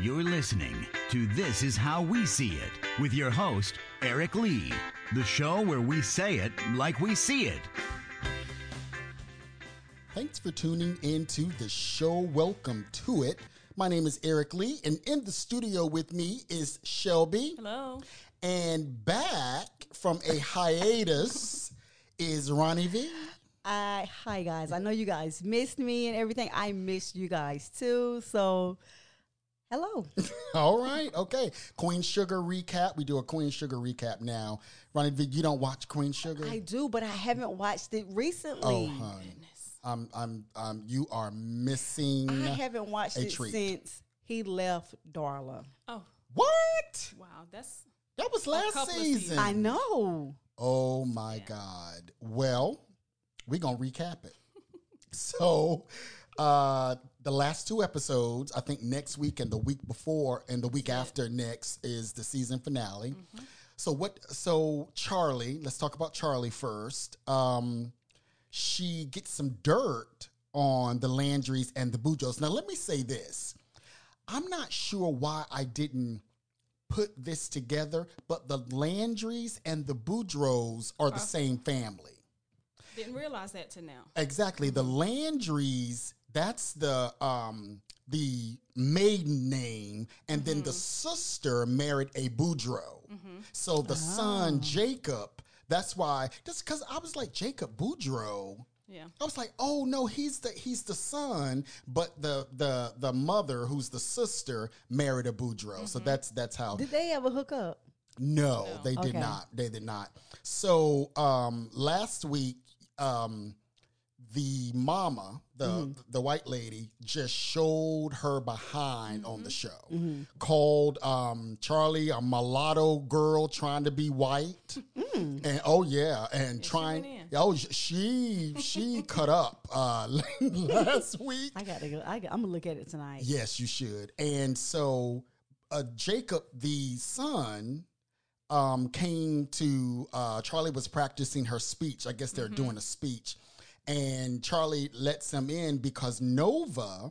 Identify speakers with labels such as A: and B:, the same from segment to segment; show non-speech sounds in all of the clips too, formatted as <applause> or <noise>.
A: You're listening to This Is How We See It with your host, Eric Lee, the show where we say it like we see it.
B: Thanks for tuning into the show. Welcome to it. My name is Eric Lee, and in the studio with me is Shelby.
C: Hello.
B: And back from a hiatus is Ronnie V.
D: I, hi guys. I know you guys missed me and everything. I missed you guys too. So,
B: <laughs>
D: hello.
B: All right, okay. Queen Sugar recap. We do a Queen Sugar recap now. Ronnie V, you don't watch Queen Sugar? Oh,
D: I do, but I haven't watched it recently.
B: I'm, I'm, um, you are missing.
D: I haven't watched
B: a
D: it
B: treat.
D: since he left Darla.
C: Oh,
B: what?
C: wow. That's
B: That was last
C: couple of
B: season.
C: seasons.
D: I know.
B: Oh my God. Well, we're going to recap it. so, uh, the last two episodes, I think next week and the week before and the week after next is the season finale. So, what, so Charlie, let's talk about Charlie first. Um, she gets some dirt on the Landrys and the Bujos. Now, let me say this I'm not sure why I didn't put this together, but the Landrys and the Boudreaux are the same family.
C: didn't realize that till now.
B: Exactly. The Landrys, that's the um the maiden name, and then the sister married a Boudreaux. So the son, Jacob, that's why just because I was like Jacob Boudreaux.
C: Yeah.
B: I was like, oh no, he's the he's the son, but the the the mother who's the sister married a Boudreaux. So that's that's how
D: Did they ever hook up?
B: no,
C: No.
B: they did
D: Okay.
B: not. They did not. So um, last week, um, the mama, the the white lady, just showed her behind on the show. Called um, Charlie a mulatto girl trying to be white, and oh yeah, and
C: went
B: trying.
C: in.
B: Oh, sh- she she cut up uh, <laughs> last week.
D: I got to go. I got, I'm going to look at it tonight.
B: Yes, you should. And so uh, Jacob, the son, um, came to uh, Charlie was practicing her speech. I guess they're doing a speech, and Charlie lets him in because Nova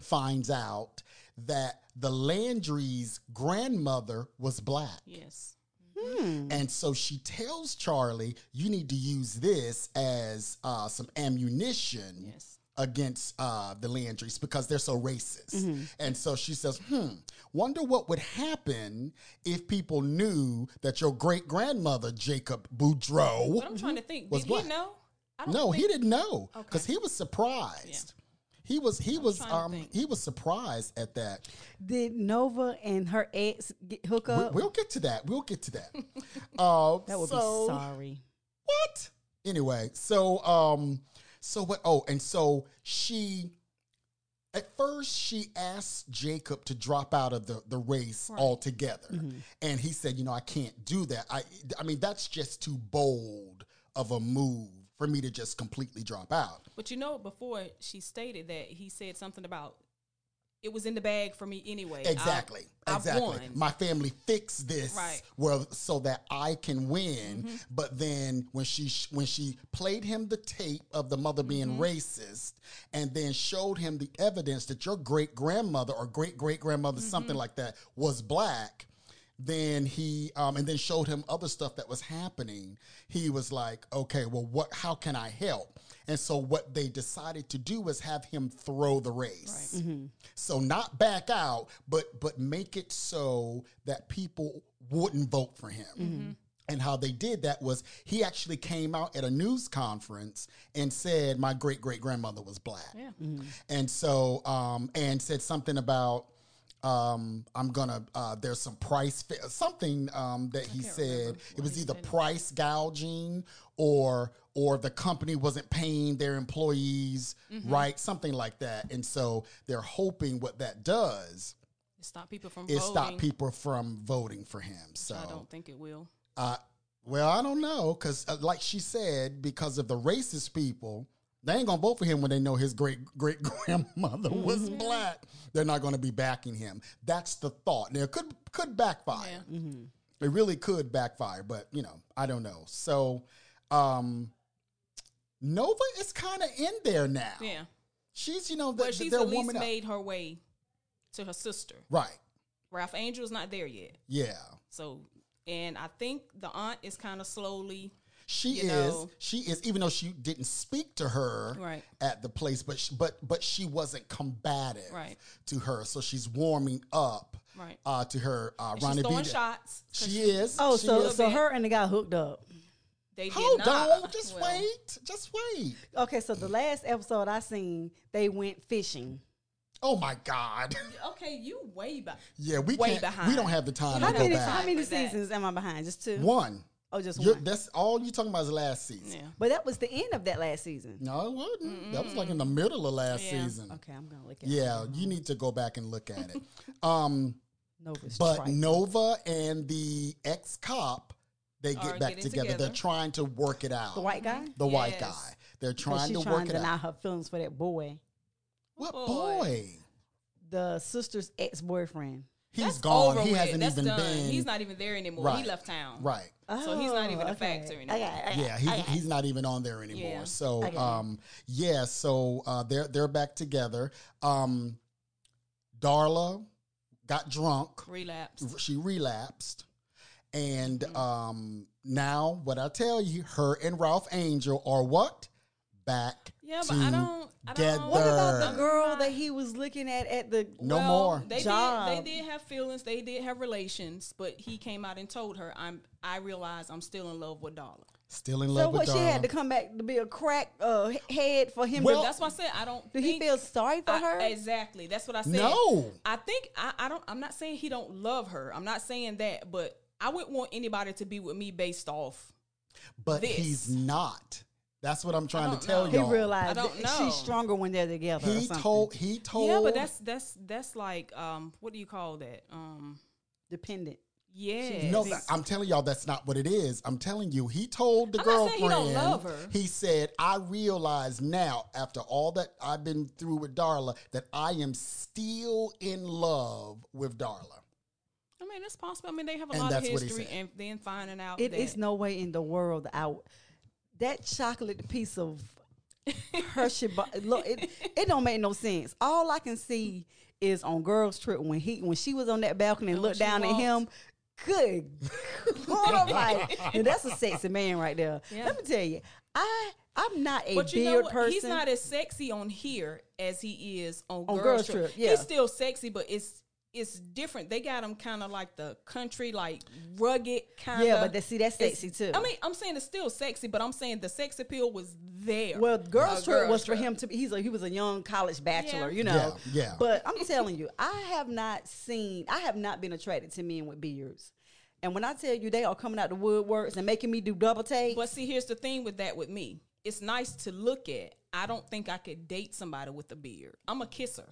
B: finds out that the Landry's grandmother was black.
C: Yes.
D: Hmm.
B: And so she tells Charlie, "You need to use this as uh, some ammunition
C: Yes.
B: against uh, the Landrys because they're so racist."
C: Mm-hmm.
B: And so she says, "Hmm, wonder what would happen if people knew that your great grandmother Jacob Boudreaux."
C: But I'm trying to think.
B: Was
C: Did
B: black.
C: he know? I don't
B: No,
C: think-
B: he didn't know
C: Okay.
B: because he was surprised. He was he was
C: trying to
B: um
C: think.
B: he was surprised at that.
D: Did Nova and her ex get, hook
B: We,
D: up?
B: we'll get to that. We'll get to that. <laughs> uh,
D: that would
B: so-
D: be sorry.
B: what? Anyway, so um, so what? Oh, and so she, at first, she asked Jacob to drop out of the the race altogether, and he said, you know, I can't do that. I I mean, that's just too bold of a move for me to just completely drop out.
C: But you know, before she stated that, he said something about it was in the bag for me anyway. I-
B: Exactly.
C: I,
B: exactly.
C: won.
B: My family fixed this
C: Right. Mm-hmm.
B: well so that I can win. But then when she sh- when she played him the tape of the mother being
C: Mm-hmm.
B: racist and then showed him the evidence that your great grandmother or great great grandmother
C: Mm-hmm.
B: something like that was black, then he um, and then showed him other stuff that was happening he was like okay well what how can i help and so what they decided to do was have him throw the race
C: Mm-hmm.
B: so not back out but but make it so that people wouldn't vote for him and how they did that was he actually came out at a news conference and said my great great grandmother was black
C: Yeah.
B: and so um and said something about um i'm gonna uh there's some price fi- something um that he said it was either price gouging or or the company wasn't paying their employees
C: Mm-hmm.
B: right something like that and so they're hoping what that does
C: It stopped people from
B: is
C: voting.
B: stop people from voting for him so
C: I don't think it will.
B: uh, well, I don't know, because uh, like she said, because of the racist people, they ain't gonna vote for him when they know his great great <laughs> grandmother was
C: Mm-hmm.
B: black. They're not gonna be backing him. That's the thought. Now, it could could backfire. It really could backfire, but you know, I don't know. So, um, Nova is kind of in there now.
C: Yeah.
B: She's you know the,
C: But she's
B: their
C: at least
B: woman.
C: made her way to her sister.
B: Right.
C: Ralph Angel's not there yet.
B: Yeah.
C: So, and I think the aunt is kind of slowly.
B: She
C: you
B: is.
C: know.
B: She is. Even though she didn't speak to her
C: Right.
B: at the place, but she, but but she wasn't combative
C: Right.
B: to her, so she's warming up
C: Right.
B: uh, to her. Uh,
C: and
B: Ronnie
C: she's throwing
B: B.
C: shots. 'cause
B: She is.
D: Oh,
B: she
D: so
B: is.
D: so
C: bit.
D: her and the guy hooked up.
C: They did
B: hold
C: not.
B: on. Just
C: Well,
B: wait. Just wait.
D: Okay, so the last episode I seen, they went fishing.
B: Oh my God. <laughs>
C: Okay, you way back.
B: Yeah, we
C: Way
B: can't.
C: behind.
B: We don't have the time
D: How
B: to go
D: many,
B: back.
D: how many
C: for that.
D: seasons am I behind? Just 2
B: One.
D: Oh, just
B: You're-
D: one.
B: that's all you're talking about is last season.
C: Yeah.
D: But that was the end of that last season.
B: No, it wasn't. That was like in the middle of last
C: Yeah.
B: season.
D: Okay, I'm gonna look at it.
B: Yeah, you need to go back and look at
C: <laughs>
B: it. um,
D: Nova's
B: but
D: trifling.
B: Nova and the ex cop, they
C: Are
B: get back
C: getting
B: together. They're
C: together.
B: trying to work it out.
D: the white guy.
B: the white
C: Yes.
B: guy. They're
D: 'Cause
B: trying
D: she's
B: to
D: trying
B: work
D: to
B: it
D: deny
B: out.
D: her feelings for that boy,
B: What
C: Boy.
B: boy?
D: the sister's ex boyfriend.
B: He's
C: That's
B: gone.
C: over
B: He
C: with.
B: hasn't
C: That's
B: even
C: done.
B: been.
C: He's not even there anymore.
B: Right.
C: He left town.
B: right.
C: So he's not even
D: Oh,
C: a factor anymore.
B: Yeah, he, he's not even on there anymore.
C: Yeah.
B: So,
D: Okay.
B: um, yeah, so uh, they're they're back together. Um, Darla got drunk.
C: Relapse.
B: She relapsed, and
C: Mm-hmm.
B: um, now what I tell you, her and Ralph Angel are what back
C: Yeah, but I don't. I don't.
D: What about
B: Third.
D: the girl that he was looking at at the?
B: No more.
C: They
D: Job.
C: did. They did have feelings. They did have relations. But he came out and told her, "I'm. I realize I'm still in love with Darla."
B: still in love
D: So
B: with
D: what? She
B: Darla.
D: had to come back to be a crack uh, he- head for him.
B: Well-
D: Well,
C: That's why I said I don't.
D: did he
C: think-
D: feel sorry for
C: I-
D: her?
C: Exactly. That's what I said.
B: No.
C: I think I, I don't. I'm not saying he don't love her. I'm not saying that. But I wouldn't want anybody to be with me based off.
B: but
C: this.
B: he's not. That's what I'm trying to
C: don't
B: tell
C: know.
D: he
B: y'all.
D: realized
C: I don't
D: that
C: know.
D: she's stronger when they're together. or
B: He
D: something.
B: told. He told.
C: Yeah, but that's that's that's like um. What do you call that? Um.
D: dependent.
C: Yeah.
B: No, that- I'm telling y'all that's not what it is. I'm telling you, he told the
C: I'm not saying
B: girlfriend.
C: he don't love her.
B: He said, "I realize now, after all that I've been through with Darla, that I am still in love with Darla."
C: I mean, it's possible. I mean, they have a
B: And
C: lot of
B: that's what he
C: history,
B: said.
C: and then finding out
D: It
C: that
D: is no way in the world out. That chocolate piece of Hershey, bar, look, it, it don't make no sense. All I can see is on Girls Trip when he when she was on that balcony and
C: when
D: looked
C: she
D: down
C: walked.
D: at him. Good, <laughs> Lord Almighty.
C: <laughs>
D: and that's a sexy man right there.
C: Yeah.
D: Let me tell you, I I'm not a
C: But you know
D: beard
C: what?
D: person.
C: He's not as sexy on here as he is on,
D: On
C: Girls
D: Girls
C: Trip.
D: Trip, yeah.
C: He's still sexy, but it's it's different. They got him kind of like the country, like rugged kind of.
D: Yeah, but that- see, that's sexy too.
C: I mean, I'm saying it's still sexy, but I'm saying the sex appeal was there.
D: Well, girls
C: Uh,
D: trip
C: Girls
D: was
C: Trip.
D: for him to be. He's a he was a young college bachelor,
C: Yeah.
D: you know.
B: Yeah, yeah.
D: But I'm telling you, I have not seen. I have not been attracted to men with beards. And when I tell you they are coming out the woodworks and making me do double take,
C: But see, here's the thing with that with me. It's nice to look at. I don't think I could date somebody with a beard. I'm a kisser.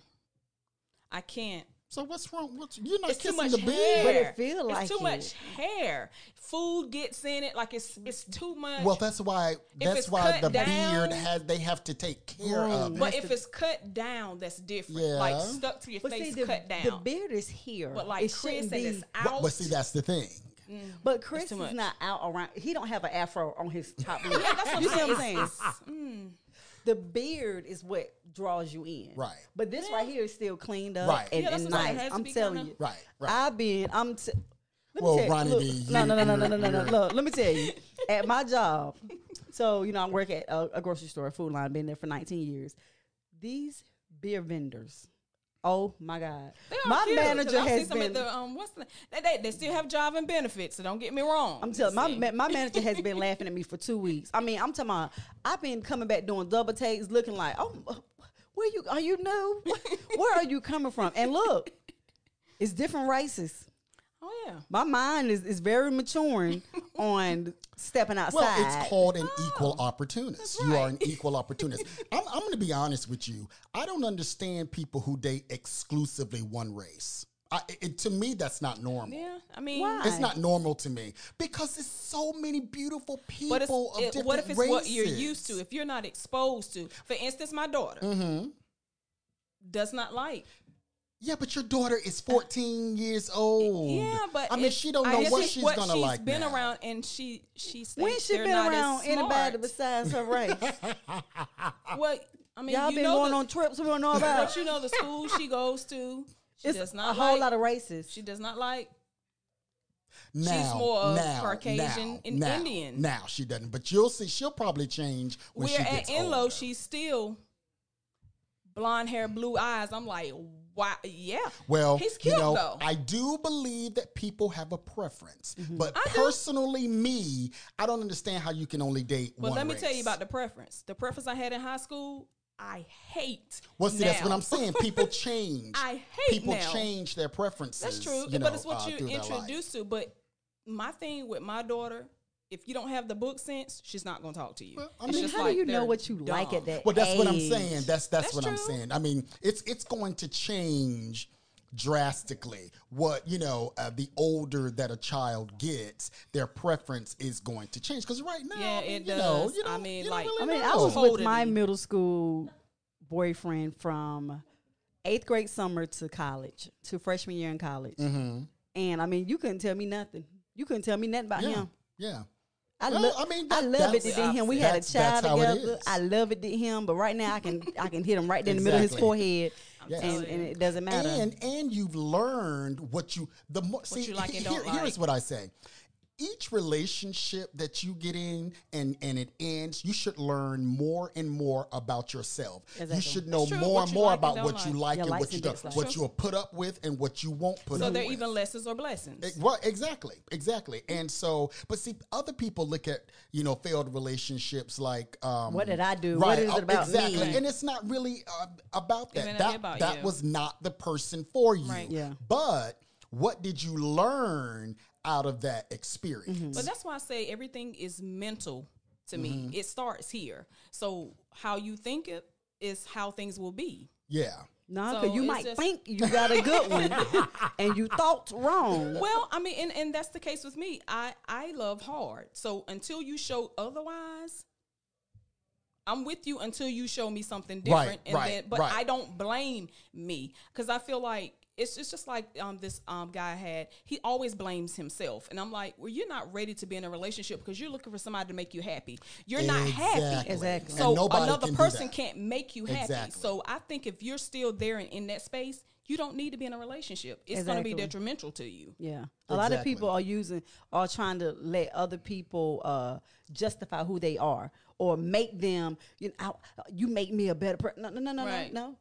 C: I can't.
B: So what's wrong? What's, you're not
C: It's too
B: kissing
C: much
B: the
C: hair.
D: But
B: beard.
D: it feel
C: it's
D: like
C: too
D: it.
C: much hair. Food gets in it. Like it's it's too much.
B: Well, that's why. That's
C: it's
B: why
C: cut
B: the
C: down-
B: beard has. They have to take care of. it.
C: But if it's cut down, that's different. Like
B: Yeah.
C: stuck to your
D: but
C: face,
D: see, the,
C: cut down.
D: the beard is here.
C: but like
D: it
C: Chris
D: shouldn't
C: and
D: be.
C: it's
B: but,
C: out.
B: but see, that's the thing.
D: but Chris
C: too
D: is
C: much.
D: not out around. He don't have an afro
C: <laughs>
D: on his top. lip.
C: yeah, that's what
D: you see
C: I'm
D: what I'm
C: saying. <laughs>
D: saying?
C: It's- mm.
D: The beard is what draws you in.
B: Right.
D: But this right here is still cleaned up
B: Right.
D: and,
C: Yeah, that's
D: and
C: what I'm saying. It
D: nice.
C: has to
D: I'm
C: be
D: telling
C: kinda-
D: you.
B: Right, right.
D: I've been. I'm. T- let me
B: Well,
D: tell you,
B: Ronnie
D: look,
B: B,
D: No,
B: you-
D: no, no, no,
B: you're-
D: no, no, no,
B: you're-
D: no. Look, let me tell you. At my job, so you know, I work at a, a grocery store, food line. Been there for 19 years. These beer vendors. Oh my God.
C: They are
D: My
C: cute, 'cause
D: manager
C: I've
D: has
C: seen some of
D: been.
C: the, um, what's the, they, they, they still have job and benefits, so don't get me wrong.
D: I'm telling my
C: See?
D: ma- my manager has been laughing at me for two weeks. I mean, I'm talking. About, I've been coming back doing double takes, looking like, oh, where you are you new? Where are you coming from? And look, it's different races.
C: Oh yeah.
D: My mind is is very <laughs> maturing on stepping outside.
B: Well, it's called an
C: Oh.
B: equal opportunist. You are an equal
C: <laughs>
B: opportunist. I'm, I'm going to be honest with you. I don't understand people who date exclusively one race. I, it, to me, that's not normal.
C: Yeah. I mean,
D: Why?
B: It's not normal to me because it's so many beautiful people
C: But it's,
B: of
C: it-
B: different
C: what if it's
B: races. Mm-hmm.
C: what you're used to? If you're not exposed to, for instance, my daughter does not like.
B: Yeah, but your daughter is 14 years old.
C: Uh, Yeah, but
B: I mean,
C: it's-
B: she don't
C: I
B: know
C: guess
B: what
C: it's
B: she's gonna like.
C: been
B: now.
C: around, and she she
D: when
C: thinks
D: she
C: they're
D: been
C: not as
D: around anybody
C: smart.
D: besides
C: <laughs>
D: her race?
C: Well, I mean,
D: Y'all
C: you
D: been
C: know
D: going
C: the-
D: on trips we don't know
C: But
D: about.
C: you know the school she goes to, She
D: it's
C: does
D: a
C: not
D: whole
C: like-
D: lot of races.
C: She does not like
B: Now,
C: more of
B: now,
C: Caucasian
B: now,
C: and
B: now,
C: Indian.
B: Now she doesn't, but you'll see. She'll probably change when
C: We're
B: she
C: at
B: gets
C: Enlow.
B: older.
C: She's still blonde hair, blue eyes. I'm like, why? Yeah.
B: Well,
C: he's cute
B: you know,
C: though. Mm-hmm.
B: I do believe that people have a preference, but
C: I do.
B: personally, me, I don't understand how you can only date
C: but
B: one.
C: let me tell you
B: race.
C: about the preference. The preference I had in high school, I hate.
B: Well, see, that's what
C: now.
B: I'm saying. People change.
C: I hate
B: people
C: now.
B: change their preferences.
C: <laughs> That's true,
B: you
C: but
B: know,
C: it's what
B: uh,
C: you
B: through their life.
C: introduced to. But my thing with my daughter, if you don't have the book sense, she's not going to talk to you.
B: Well, I
C: It's
B: mean,
C: just
D: how
C: like
D: do you know
C: they're
D: what you like
C: dumb.
D: at that?
B: Well, that's what I'm
D: age?
B: saying. That's that's,
C: That's
B: what I'm
C: true.
B: saying. I mean, it's it's going to change drastically. What you know, uh, the older that a child gets, their preference is going to change. Because right now,
C: Yeah,
B: I mean,
C: it
B: you Know,
C: does.
B: you
C: I
B: don't-
C: mean,
B: you don't
C: like-
B: really
D: I mean, I
B: know.
D: was with my
C: Totally.
D: middle school boyfriend from eighth grade summer to college, to freshman year in college.
B: Mm-hmm.
D: And I mean, you couldn't tell me nothing. You couldn't tell me nothing about
B: yeah,
D: him.
B: yeah.
D: I,
B: Well,
D: lo-
B: I mean,
D: I
B: that-
D: love it
B: that's
D: to
C: the
D: be him. We had a
B: opposite. That's-
D: child
B: that's how it
D: together.
B: is.
D: I love it to him, but right now I can I can hit him right in the middle of his
B: Exactly.
D: forehead, and,
C: telling
D: and
C: you.
D: it doesn't matter.
B: And and you've learned what you the more see
C: you like and
B: here-
C: don't
B: here's
C: like.
B: what I say. Each relationship that you get in and and it ends, you should learn more and more about yourself. You
D: Exactly.
B: should know
C: That's true,
B: more
C: what
B: and
C: you
B: more
C: like and
B: about
C: don't
B: what you like
D: Your
B: and what
D: likes
B: you
D: and
B: don't,
D: dislikes.
B: what
C: True.
B: you'll put up with and what you won't put
C: So
B: up
C: they're
B: with.
C: even lessons or blessings.
B: Ex- Eh, Well, exactly, exactly. And so, but see, other people look at you know failed relationships like um,
D: What did I do? What is it
B: oh,
D: about me?
B: exactly. And it's not really uh, about that.
C: ain't
B: that
C: about
B: that
C: you.
B: was not the person for you.
C: Right.
D: Yeah.
B: But what did you learn out of that experience?
C: Mm-hmm. But that's why I say everything is mental to
B: Mm-hmm.
C: me. It starts here. So how you think it is how things will be.
B: Yeah.
D: Nah, 'cause
C: So
D: you
C: it's
D: might
C: just-
D: think you got a good one,
B: <laughs>
D: and you thought wrong.
C: Well, I mean, and, and that's the case with me. I I love hard. So until you show otherwise, I'm with you until you show me something different.
B: Right,
C: and
B: right,
C: then, but
B: right.
C: I don't blame me because I feel like it's it's just like um this um guy had. He always blames himself, and I'm like, well, you're not ready to be in a relationship because you're looking for somebody to make you happy. You're not happy.
B: Exactly.
D: Exactly.
B: And
C: So
B: nobody
C: another
B: can do
C: person
B: that.
C: can't make you happy.
B: Exactly.
C: So I think if you're still there and in that space, you don't need to be in a relationship. It's going to be
D: Exactly.
C: detrimental to you.
D: Yeah. A lot of
B: Exactly.
D: people are using are trying to let other people uh, justify who they are or make them you know I, you make me a better person. No, no, no, no,
C: Right.
D: no, no.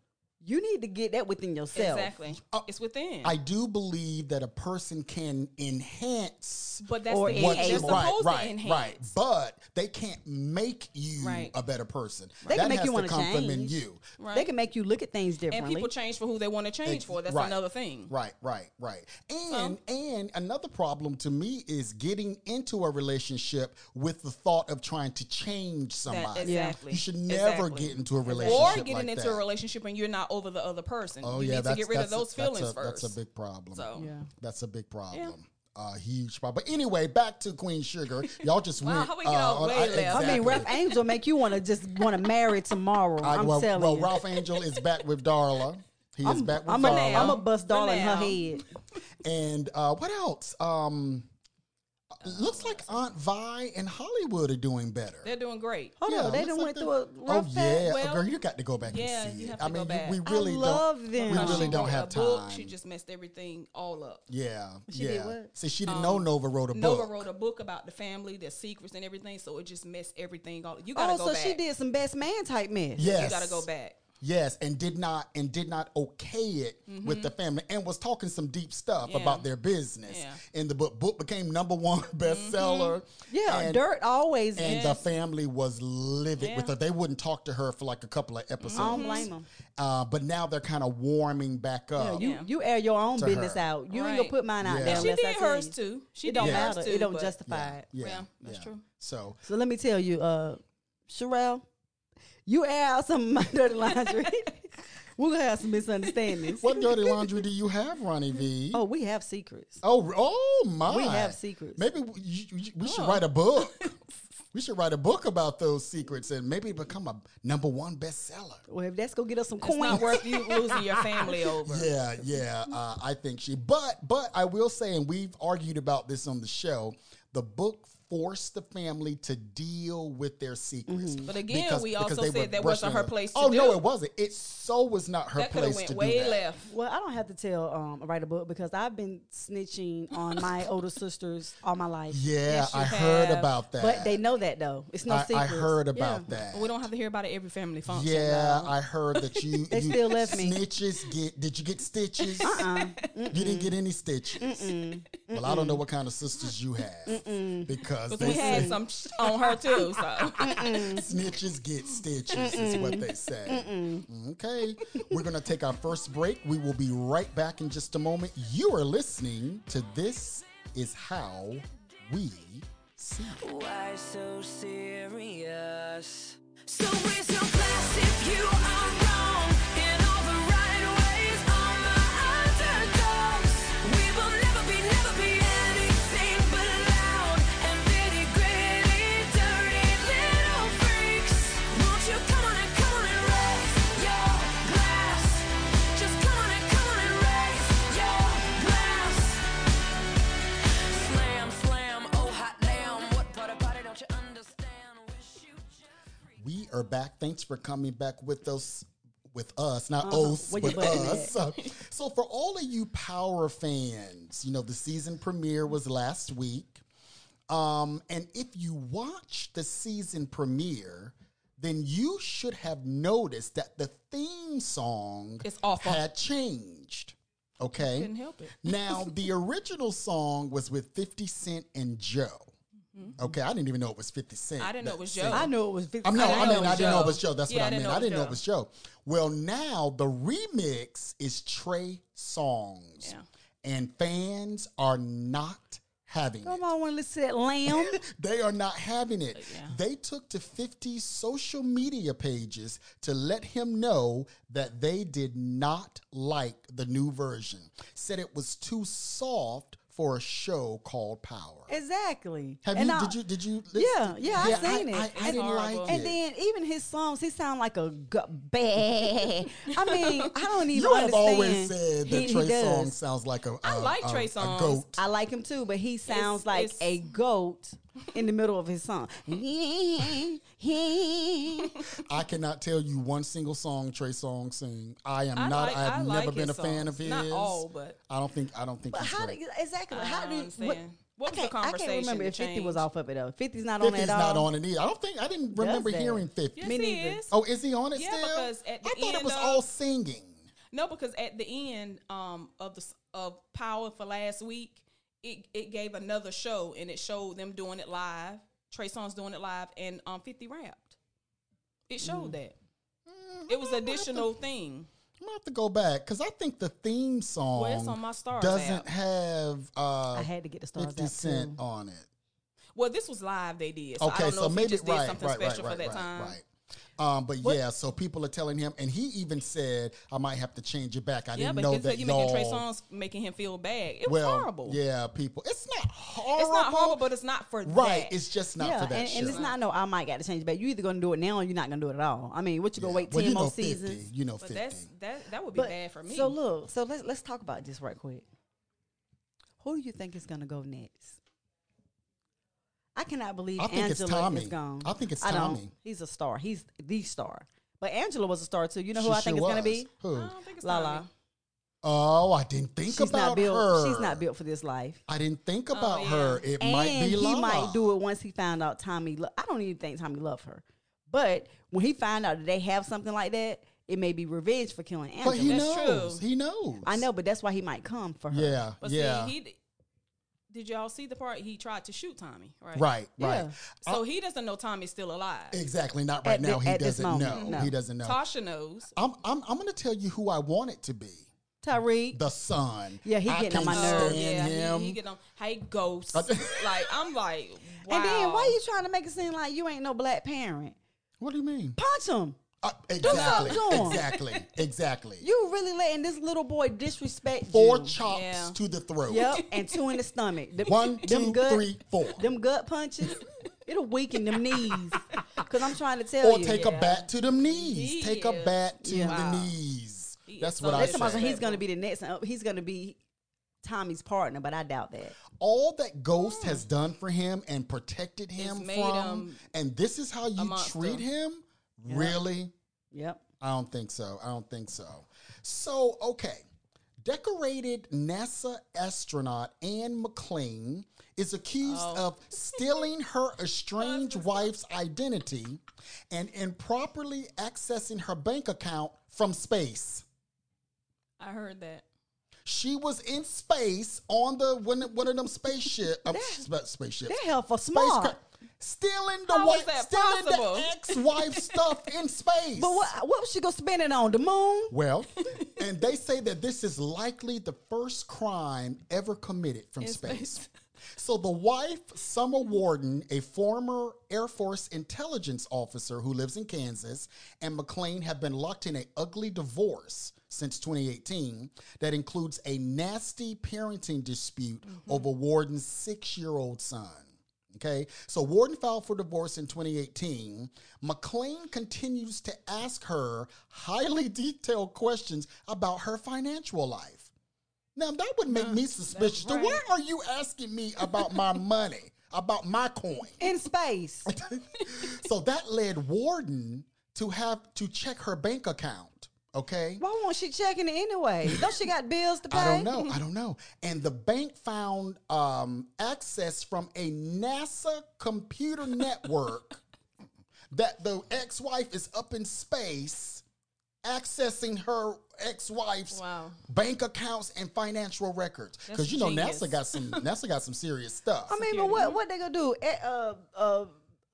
D: You need to get that within yourself.
C: Exactly. it's within.
B: Uh, I do believe that a person can enhance
C: but that's
D: or
C: the
D: what
C: age.
D: you
C: They're
D: want.
C: supposed
B: right,
C: to enhance.
B: right. But they can't make you
C: Right.
B: a better person.
D: They
B: that
D: can make
B: has
D: you
B: to
D: wanna
B: come from in
D: change.
B: you.
C: Right.
D: They can make you look at things
C: and
D: differently.
C: people change for who they want to change for. That's
B: Right.
C: another thing.
B: Right, right, right. And and another problem to me is getting into a relationship with the thought of trying to change somebody.
C: exactly.
B: You should never
C: Exactly.
B: get into a relationship.
C: Or getting
B: like
C: into
B: that.
C: a relationship and you're not over the other person.
B: Oh
C: you
B: yeah,
C: need to
B: that's,
C: get rid of
B: that's a-
C: those feelings
B: that's a,
C: first.
B: That's a big problem.
C: So-
D: Yeah.
B: That's a big problem. A huge problem. But anyway, back to Queen Sugar. Y'all just
C: <laughs> Wow,
B: went. uh,
C: how we get off
B: on-
C: way
B: I-
C: left. I
D: I mean,
B: exactly.
D: Ralph Angel make you want to just want to marry tomorrow.
B: I-
D: I, am
B: well,
D: telling
B: well,
D: you.
B: Ralph Angel is back with Darla. He is back with
D: I'm
B: Darla.
D: a,
C: now.
D: I'm a bust doll in
C: now.
D: her head.
B: And uh, what else? Um, looks like
C: Uh,
B: Aunt Vi and Hollywood are doing better.
C: They're doing great.
D: Hold on, they
B: looks
D: done
B: like
D: went
B: they-
D: through a rough
B: Oh
D: patch.
B: yeah,
C: Well,
B: girl, you got to go back
C: yeah,
B: and see
C: you
B: it.
C: have
B: I
C: to go
B: mean,
C: back.
B: we
C: I
B: really
D: love
B: don't.
D: them.
B: We
D: Because
B: really
C: she
B: don't
C: wrote
B: have
C: a
B: time.
C: book. She just messed everything all up.
B: yeah,
D: She
B: yeah.
D: did what?
B: See, she didn't know Nova wrote a book.
C: Um, Nova wrote a book about the family, their secrets, and everything. So it just messed everything all. You gotta
D: Oh,
C: go
D: so
C: back.
D: she did some best man type mess.
B: yes,
C: You gotta go back.
B: Yes, and did not and did not okay it with the family, and was talking some deep stuff
C: Mm-hmm. Yeah.
B: about their business
C: Yeah. Mm-hmm.
B: in the book. Book became number one <laughs> bestseller.
D: Yeah,
B: and-
D: dirt always.
B: And the family was livid with
C: Yeah.
B: her. They wouldn't talk to her for like a couple of episodes.
D: I don't
C: Mm-hmm.
D: blame 'em.
B: Uh, but now they're kind of warming back up.
D: You, you air your
B: Oh,
D: own
B: To
D: business
B: her.
D: out. You ain't gonna
C: Right.
D: put mine out
B: Yeah.
D: there
C: She
D: unless I
C: did
D: tell
C: hers
D: you.
C: too. She
D: It don't
C: did
D: matter.
C: Hers too,
D: it don't
C: but-
D: justify it.
C: Yeah, that's true.
B: So
D: So let me tell you, uh, Sherelle, you air out some <laughs> of my
B: <laughs>
D: dirty laundry. We're gonna have some misunderstandings.
B: what dirty laundry do you have, Ronnie
C: <laughs>
B: V?
D: Oh, we have secrets.
B: Oh, oh my!
D: We have secrets.
B: Maybe we, you- you- we
C: Oh.
B: should write a
C: <laughs>
B: book. we should write a book about those secrets and maybe become a number one bestseller.
D: Well, if that's gonna get us some
C: It's
D: coins,
C: not worth you
B: <laughs>
C: losing your family over.
B: Yeah, yeah, uh, I think she. But but I will say, and we've argued about this on the show. The book force the family to deal with their secrets.
C: Mm-hmm. But again, we also
B: they
C: said
B: were
C: that wasn't
B: brushing
C: her place to
B: oh no,
C: do.
B: it wasn't. It so was not her
C: that could have
B: place to
C: went
B: do
C: way
B: that.
C: left.
D: <laughs> Well, I don't have to tell um write a book because I've been snitching on
C: <laughs>
D: my older sisters all my life.
B: Yeah,
C: Yes, you
B: I heard
C: have.
B: about that.
D: But they know that though. It's no
B: I,
D: secret.
B: I heard about that.
C: But we don't have to hear about it every family function.
B: Yeah, I heard that you.
D: uh, <laughs> They
B: you
D: still left me. Uh-uh.
B: Snitches get. Did you get stitches? You didn't get any stitches. Well, I don't know what kind of sisters you have because
C: Because
B: they
C: we had
B: say
C: some sh- on her too. <laughs> So
B: snitches get stitches is what they say. Okay, we're gonna take our first break. We will be right back in just a moment. You are listening to this is how we see. It.
E: Why so serious? So raise your glass if you are wrong in all the right ways. All my underdogs, we will never be, never be anything but loud and bitty, gritty, dirty little freaks. Won't you come on and come on and raise your glass? Just come on and come on and raise your glass. Slam, slam, oh hot damn. What part about it don't you understand? Wish you just
B: We are back. Thanks for coming back with us. With us, not
D: Uh-huh.
B: us,
D: Where you
B: but
C: <laughs>
D: button
B: us. so, for all of you Power fans, you know the season premiere was last week, um, and if you watched the season premiere, then you should have noticed that the theme song
C: It's awful.
B: had changed. Okay,
C: couldn't help it. <laughs>
B: now, the original song was with 50 Cent and Joe. Okay, I didn't even know it was 50 Cent.
C: Mm-hmm. I didn't know it
B: that
C: was
B: sang.
C: Joe.
D: I knew it was. Vic-
B: I'm no,
C: I
B: I,
C: didn't know
B: mean,
C: it
B: I
C: was
B: didn't know it
C: Joe.
B: was Joe. That's
C: Yeah,
B: what
C: I
B: I, mean.
C: didn't know it
B: I
C: was
B: didn't know it was Joe. Well, now the remix is Trey songs,
C: Yeah.
B: and fans are not having it.
D: Come on, want to listen to
B: <laughs>
D: that lamb?
B: They are not having it. They took to 50 social media pages to let him know that they did not like the new version. Said it was too soft for a show called Power.
D: exactly.
B: Have
D: And
B: you,
D: I-
B: did you did you
D: Yeah, yeah, I seen it.
B: I, I
D: It's
B: didn't
C: horrible.
B: like it.
D: And then even his songs, he sound like a g-
B: <laughs>
D: bad. I mean, I don't even
B: you have
D: understand.
B: always said that
D: He- he
B: Trey
D: does.
B: Songz sounds like a
C: I
B: a-
C: like
B: a-
C: Trey
B: a
C: Songz.
B: goat.
D: I like him too, but he sounds
C: It's-
D: like
C: it's-
D: a goat in the middle of
C: <laughs>
D: his song. I
B: I cannot tell you one single song Trey Song sing. I am
C: I
B: not.
C: like-
B: I
C: I
B: have
C: like
B: never been a
C: his
B: fan of
C: songs.
B: his.
C: Not all, but-
B: I don't think. I don't think. he's
D: how do
B: great.
D: you, exactly?
C: I
D: How do you,
C: don't understand. What was
D: I
C: the
D: can't- I can't
C: conversation
D: remember
C: that
D: if Fifty was
C: changed?
D: off of it though. 50's not on
B: 50's
D: it at all.
B: not on it either. I don't think I didn't remember
D: that?
B: hearing fifty.
C: Yes,
D: Me
C: it
D: neither.
C: is.
B: Oh, is he on it
C: Yeah,
B: still?
C: because at the
B: I thought it
C: end
B: was
C: of-
B: all singing.
C: No, because at the end um, of the s- of Power for last week, it, it gave another show and it showed them doing it live. Trey Songz doing it live and um, Fifty rapped. It
B: Mm.
C: showed that it was additional thing.
B: I'm gonna have to go back because I think the theme song
C: Well, it's on my Stars
B: doesn't
C: app.
B: have uh,
D: I had to get the stars
B: fifty
D: out,
B: cent
D: too.
B: on it.
C: Well, this was live. They did. So I
B: Okay,
C: don't know
B: so
C: if
B: maybe
C: he just
B: right,
C: did something
B: right,
C: special
B: right,
C: for that
B: right,
C: time.
B: Right. Um, but yeah, so people are telling him, and he even said, "I might have to change it back." I
C: Yeah,
B: didn't
C: but
B: know
C: you
B: that
C: you making Trey
B: y'all-
C: Songz making him feel bad. It was
B: well,
C: horrible.
B: Yeah, people, it's not horrible.
C: It's not horrible, but it's not for
B: right.
C: that.
B: It's just not
D: yeah,
B: for that.
D: and, and
B: show.
D: it's not no. I might got to change it back. You either gonna do it now or you're not gonna do it at all. I mean, what you gonna wait ten
B: well, you
D: more
B: know
D: seasons?
B: fifty. You know
C: but
B: fifty.
C: that's that. That would be
D: But-
C: bad for me.
D: So look, so let's let's talk about this right quick. Who do you think is gonna go next? I cannot believe
B: I think it's
D: Angela
B: Tommy.
D: is gone.
B: I think it's
D: I don't.
B: Tommy.
D: He's a star. He's the star. But Angela was a star too. You know who
B: She
D: I
B: sure
D: think it's gonna
B: was.
D: be?
C: I
B: Who?
C: don't think it's
D: Lala.
C: Tommy.
B: Oh, I didn't think
D: She's
B: about
D: not built.
B: her.
D: She's not built for this life.
B: I didn't think about
C: Oh, yeah.
B: her. It
D: and
B: might be
D: he
B: Lala.
D: might do it once he found out Tommy. Lo- I don't even think Tommy loved her, but when he find out that they have something like that, it may be revenge for killing Angela.
B: But he
C: That's true.
B: knows. He knows.
D: I know, but that's why he might come for her.
B: Yeah.
C: But
B: yeah.
C: see, he d- did y'all see the part he tried to shoot Tommy, right?
B: right. Oh. Right.
D: Yeah.
C: So he doesn't know Tommy's still alive.
B: Exactly. Not right
D: At
B: now.
D: thi-
B: he
D: at this
B: doesn't know.
D: moment, no.
B: He doesn't know.
C: Tasha knows.
B: I'm. I'm. I'm going to tell you who I want it to be.
D: Tyreek.
B: The son.
D: Yeah, he
B: I
D: getting on
B: can't
D: my nerves.
B: stand
C: yeah,
B: Him.
C: He, he get on. Hey, ghost.
B: <laughs>
C: like I'm like, wow.
D: And then why you trying to make it seem like you ain't no black parent?
B: what do you mean?
D: Punch him.
B: Uh, exactly.
D: to him.
B: Exactly. Exactly.
D: You really letting this little boy disrespect
B: Four
D: you.
B: chops
C: Yeah.
B: to the throat.
D: Yep, and two in the stomach. Them,
B: One,
D: them
B: two,
D: gut,
B: three, four.
D: Them gut punches. It'll weaken them knees. Cause I'm trying to tell
B: Or
D: you.
B: take a
C: Yeah.
B: bat to the knees.
C: He
B: take a
C: is-
B: bat to
D: Yeah.
B: the
C: Wow.
B: knees.
C: He
B: That's
C: is
B: what
C: so
B: I
D: That's
C: disrespectful.
D: about
B: say.
D: he's gonna uh, be the next. He's gonna be Tommy's partner, but I doubt that.
B: all that Ghost has done for him and protected him
C: Mm. made
B: from,
C: him
B: and this is how you
C: monster.
B: treat him? Really?
D: Yep.
B: I don't think so. I don't think so. So, okay. Decorated NASA astronaut Anne McLean is accused
C: Oh.
B: of stealing
C: <laughs>
B: her estranged wife's identity and improperly accessing her bank account from space.
C: I heard that.
B: She was in space on the one, one of them
C: <laughs>
B: spaceship, uh, spa- spaceships,
D: They're hell for
B: space
D: smart.
B: cra- stealing the
C: How
B: wife,
C: is that
B: stealing
C: possible?
B: the ex-wife stuff in
C: <laughs>
B: space.
D: But what what was she gonna spend it on? The moon?
B: Well, and they say that this is likely the first crime ever committed from
C: In
B: space.
C: space.
B: So the wife, Summer Warden, a former Air Force intelligence officer who lives in Kansas, and McLean have been locked in an ugly divorce since 2018 that includes a nasty parenting dispute over Warden's six-year-old son. Okay, so Warden filed for divorce in 2018. McLean continues to ask her highly <laughs> detailed questions about her financial life. Now, that would make me suspicious. Then Why are you asking me about
C: <laughs>
B: my money, about my coin?
D: In
B: <laughs>
D: space.
B: so that led Warden to have to check her bank account. Okay.
D: Why won't she checking it anyway? Don't she got bills to
B: <laughs>
D: pay?
B: I don't know. I don't know. And the bank found um, access from a NASA
C: <laughs>
B: computer network that the ex-wife is up in space accessing her ex-wife's
C: Wow.
B: bank accounts and financial records because
C: That's
B: you know
C: genius.
B: NASA got some NASA got some
C: <laughs>
B: serious stuff.
D: I mean, but what what they gonna do? Eh, Uh, uh,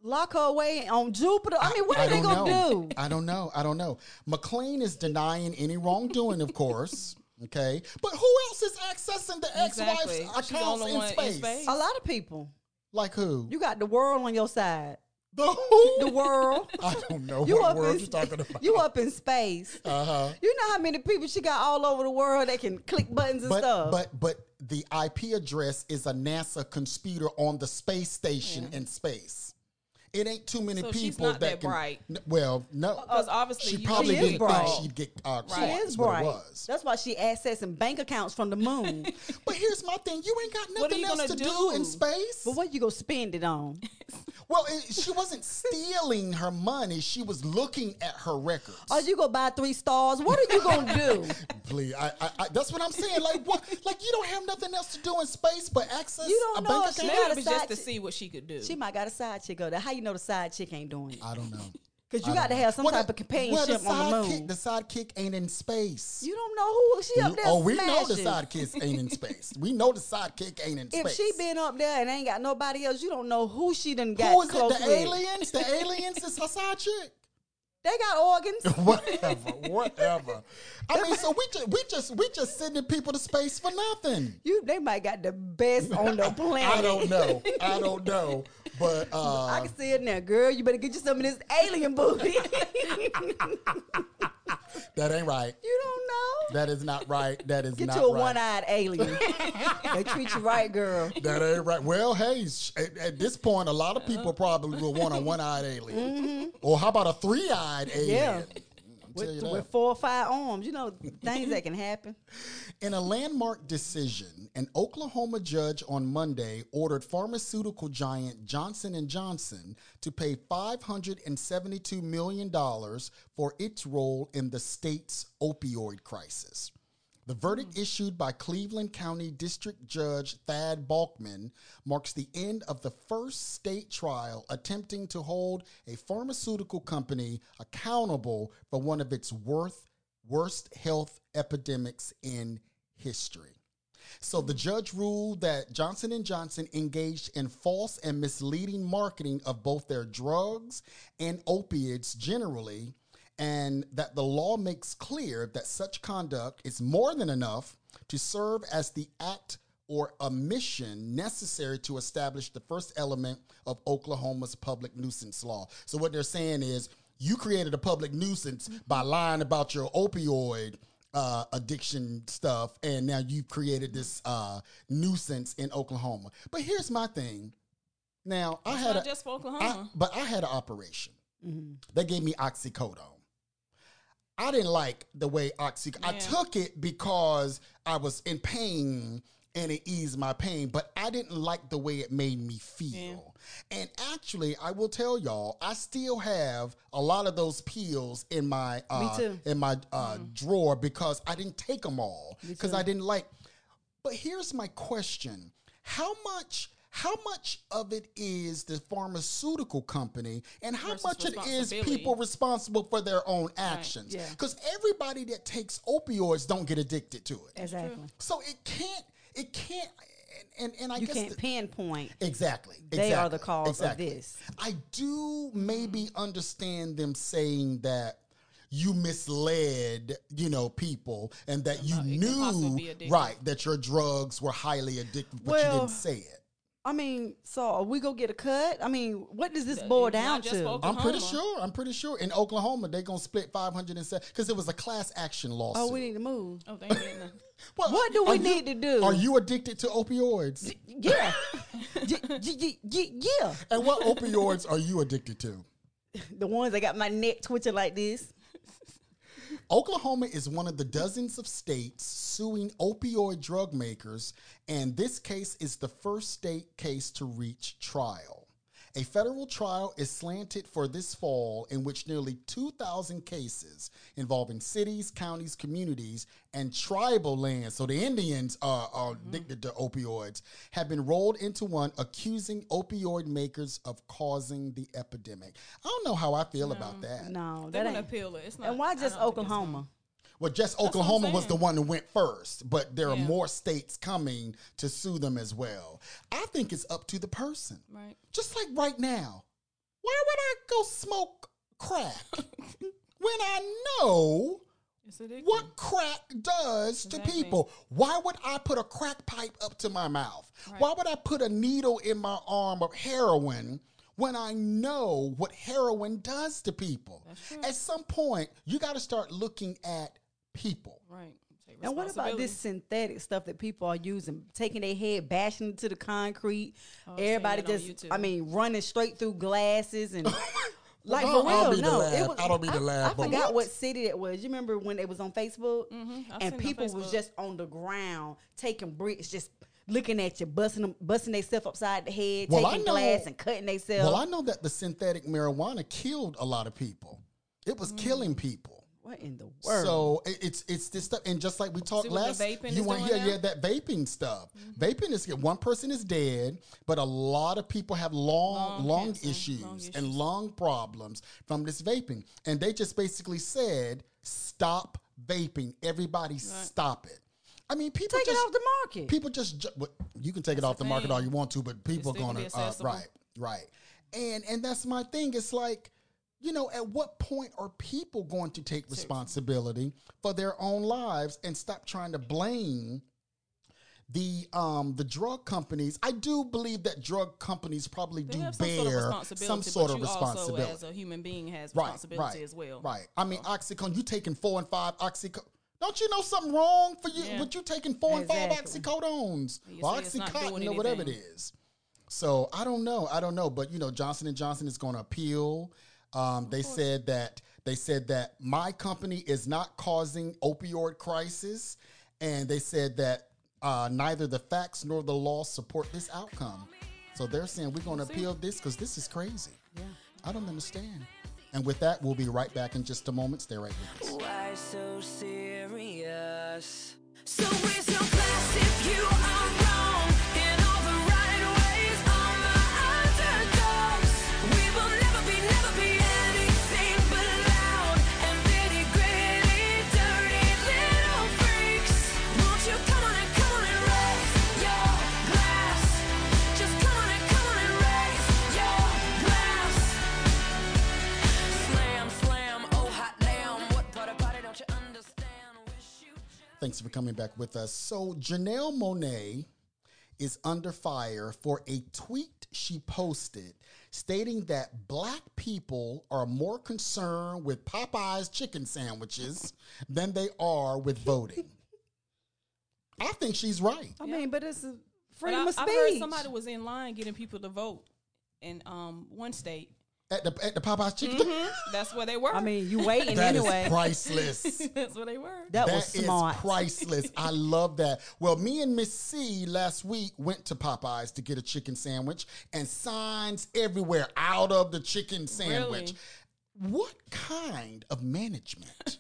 D: lock her away on Jupiter? I mean, what are they
B: don't
D: gonna
B: know.
D: do?
B: I don't know. I don't know. McLean is denying any wrongdoing, of course. Okay, but who else is accessing the ex-wife's
C: Exactly. She's the
B: accounts
C: only
B: in
C: one in
B: space?
C: space.
D: A lot of people.
B: Like who?
D: You got the world on your side.
B: The who?
D: The world.
B: <laughs> I don't know
D: You
B: what
D: up
B: world
D: in,
B: you're talking about.
D: You up in space.
B: Uh-huh.
D: You know how many people she got all over the world that can click buttons and
B: But,
D: stuff.
B: but but the IP address is a NASA computer on the space station in space. It ain't too many
C: So
B: people
C: she's
B: that,
C: not that
B: can.
C: bright.
B: n- well, no,
D: Uh,
C: Because obviously
B: she
C: you
B: probably
C: couldn't
D: is
B: didn't
D: bright.
B: think she'd get uh, caught.
D: she
C: Right.
D: is
B: is what
D: bright.
B: it was.
D: That's why she accessing bank accounts from the
B: <laughs>
D: moon.
B: But here's my thing: you ain't got
C: What are
B: nothing
C: you
B: else to
C: gonna
B: do,
C: do?
B: in space.
D: but what you gonna spend it on?
B: well, it, she wasn't stealing her money; she was looking at her records.
D: Are you gonna buy three stars? What are you
B: <laughs>
D: gonna do?
B: Please, I, I, I, that's what I'm saying. Like what? Like you don't have nothing else to do in space but access
D: You don't
B: a
D: know
B: bank
D: if she
B: account.
C: Maybe it
D: got a
C: was
D: side
C: just to
D: chick.
C: see what she could do.
D: She might got a side chick. Or that. How you know the side chick ain't doing it?
B: I don't know.
D: Because
B: I
D: you got to
B: don't know.
D: have some
B: Well,
D: type
B: the-
D: of companionship
B: well,
D: on the
B: sidekick-
D: moon.
B: The sidekick ain't in space.
D: you don't know who she up
B: You-
D: there.
B: oh, we know the
D: smashing.
B: sidekicks ain't in space. We know the sidekick ain't in
D: If
B: space.
D: she been up there and ain't got nobody else, you don't know who she done got
B: who is it?
D: close
B: The
D: with.
B: aliens? The aliens is her side chick.
D: They got
B: <laughs>
D: organs. <laughs>
B: Whatever, whatever. I mean, so we just we just we just sending people to space for nothing.
D: you, they might got the best on the planet.
B: I don't know. I don't know.
D: <laughs>
B: But uh,
D: I can see it now, girl. You better get you some of this alien booty. <laughs> you don't
B: that ain't right.
D: know.
B: That is not right. That is
D: get
B: not
D: you a
B: right.
D: one-eyed alien. they treat you
B: <laughs>
D: right, girl.
B: That ain't right. Well, hey, sh- at, at this point, a lot of
D: Uh-huh.
B: people probably will want a one-eyed alien, or how about a three-eyed alien?
D: Mm-hmm. Yeah.
B: I'll tell you
D: With,
B: that.
D: with four or five arms, you know things that can happen.
B: In a landmark decision, an Oklahoma judge on Monday ordered pharmaceutical giant Johnson & Johnson to pay $572 million for its role in the state's opioid crisis. The verdict issued by Cleveland County District Judge Thad Balkman marks the end of the first state trial attempting to hold a pharmaceutical company accountable for one of its worth, worst health epidemics in history. So the judge ruled that Johnson and Johnson engaged in false and misleading marketing of both their drugs and opiates generally and that the law makes clear that such conduct is more than enough to serve as the act or omission necessary to establish the first element of Oklahoma's public nuisance law. So what they're saying is you created a public nuisance by lying about your opioid uh, addiction stuff, and now you've created this uh, nuisance in Oklahoma. But here's my thing. Now I
C: It's
B: had
C: not
B: a,
C: just for
B: I,
C: Oklahoma.
D: <laughs>
B: but I had an operation. They gave me oxycodone. I didn't like the way oxy. I took it because I was in pain and it eased my pain, but I didn't like the way it made me feel. And actually, I will tell y'all, I still have a lot of those pills in my uh,
D: too.
B: in my uh, drawer because I didn't take them all because I didn't like. But here's my question: How much? How much of it is the pharmaceutical company, and how
C: Versus
B: much it is
C: responsibility.
B: people responsible for their own actions?
D: yeah.
B: Because everybody that takes opioids don't get addicted to it.
D: Exactly.
B: So it can't. It can't. And and, and I
D: You
B: guess
D: can't
B: the-
D: pinpoint.
B: exactly.
D: They are
B: exactly,
D: the cause of
B: exactly.
D: this.
B: I do maybe understand them saying that you misled, you know, people, and that you
C: it can possibly be
B: knew
C: addictive.
B: right that your drugs were highly addictive, but you
D: Well,
B: didn't say it.
D: I mean, so are we gonna get a cut? I mean, what does this boil
C: it's not
D: down
C: just
D: to?
C: for-
B: I'm pretty
C: Oklahoma.
B: sure. I'm pretty sure in Oklahoma they're gonna split 507 because it was a class action lawsuit.
D: Oh, we need to move.
C: Oh, thank goodness.
D: <laughs>
B: Well,
D: What do we
B: are you-
D: need to do?
B: Are you addicted to
D: <laughs>
B: opioids?
D: Yeah. Y- y- y- y- yeah.
B: and what opioids are you addicted to?
D: The ones that got my neck twitching like this.
B: Oklahoma is one of the dozens of states suing opioid drug makers, and this case is the first state case to reach trial. A federal trial is slanted for this fall, in which nearly 2,000 cases involving cities, counties, communities, and tribal lands, so the Indians are, are addicted to opioids, have been rolled into one accusing opioid makers of causing the epidemic. I don't know how I feel about that.
D: No,
C: They're
D: that
C: gonna
D: ain't.
C: appeal it. It's not.
D: And why
C: I
D: just
C: don't think it's
D: Oklahoma?
B: Well, just
C: what I'm
B: Oklahoma was
C: saying.
B: the one that went first, but there are
C: Yeah.
B: more states coming to sue them as well. I think it's up to the person.
C: gonna- Right.
B: Just like right now, why would I go smoke crack <laughs> when I know
C: It's addictive.
B: what crack does to
C: Exactly.
B: people? Why would I put a crack pipe up to my mouth? Why would I put a needle in my arm of heroin when I know what heroin does to people? At some point, you got to start looking at people.
C: Right. Take
D: And what about this synthetic stuff that people are using, taking their head, bashing into the concrete?
C: seen
D: Everybody
C: Oh, that on
D: just,
C: YouTube.
D: I mean, running straight through
B: <laughs>
D: glasses and <laughs> like
B: Well,
D: for
B: I'll
D: real.
B: be the
D: No,
B: lab- I don't be the lab,
D: I
B: but
D: forgot
B: what?
D: what city it was. You remember when it was on Facebook
C: Mm-hmm, I've seen it
D: and
C: on
D: people was
C: Facebook.
D: just on the ground taking bricks, just looking at you, busting them, busting themselves upside the head,
B: Well, I
D: taking
B: know-
D: glass and cutting themselves.
B: Well, I know that the synthetic marijuana killed a lot of people. It
D: Mm.
B: was killing people.
D: what in the world?
B: So it- it's it's this stuff, and just like we talked
C: See what the
B: last,
C: vaping
B: you
C: is
B: want
C: doing
B: yeah
C: now? Mm-hmm.
B: yeah that vaping stuff. Vaping is one person is dead, but a lot of people have long
C: Lung
B: lung,
C: cancer, lung
B: issues,
C: issues.
B: and lung problems from this vaping, and they just basically said stop vaping. Everybody stop it. I mean, people
D: Take it
B: just,
D: off the market.
B: People just ju- well, you can take it off the, market
C: thing.
B: all you want to, but people are
C: still gonna
B: gonna
C: be
B: uh,
C: accessible.
B: right right, and and that's my thing. It's like you know, at what point are people going to take responsibility for their own lives and stop trying to blame the um the drug companies? I do believe that drug companies probably
C: They
B: do
C: have some sort of
B: bear
C: responsibility.
B: some sort
C: but
B: of
C: you
B: responsibility.
C: Also, as a human being, has
B: Right,
C: responsibility
B: right,
C: as well.
B: Right. I mean, OxyContin. You taking four and five OxyContin. Don't you know something wrong for you?
C: Yeah.
B: But you taking four and five
D: Exactly.
B: oxycodones
C: You
B: or
C: say it's not doing
B: oxycontin or whatever it
C: anything.
B: is. So I don't know. I don't know. But you know, Johnson and Johnson is going to appeal. Um, they said that they said that my company is not causing opioid crisis, and they said that uh, neither the facts nor the law support this outcome. So they're saying we're going to appeal this because this is crazy. Yeah, I don't understand. And with that, we'll be right back in just a moment. Stay right with us.
E: Why so serious? So raise your glass if you are wrong in all the right ways. All my underdogs, we will never be, never be anything but loud and nitty gritty, dirty little freaks. Won't you come on and come on and raise your glass? Just come on and come on and raise your glass. Slam, slam, oh hot damn. What part about it don't you understand? Wish you just
B: Thanks for coming back with us. So, Janelle Monet is under fire for a tweet she posted stating that black people are more concerned with Popeye's chicken sandwiches than they are with voting. I think she's right.
D: I mean, but it's a
C: But
D: freedom
C: I,
D: of speech.
C: I heard somebody was in line getting people to vote in um, one state,
B: at the at the Popeye's chicken.
C: That's where they were.
D: I mean, you waiting
B: That is
D: anyway.
B: priceless.
C: <laughs> that's where they were.
D: that,
B: That
D: was
B: is
D: smart.
B: priceless. I love that. Well, me and Miss C last week went to Popeyes to get a chicken sandwich, and signs everywhere out of the chicken sandwich. What kind of management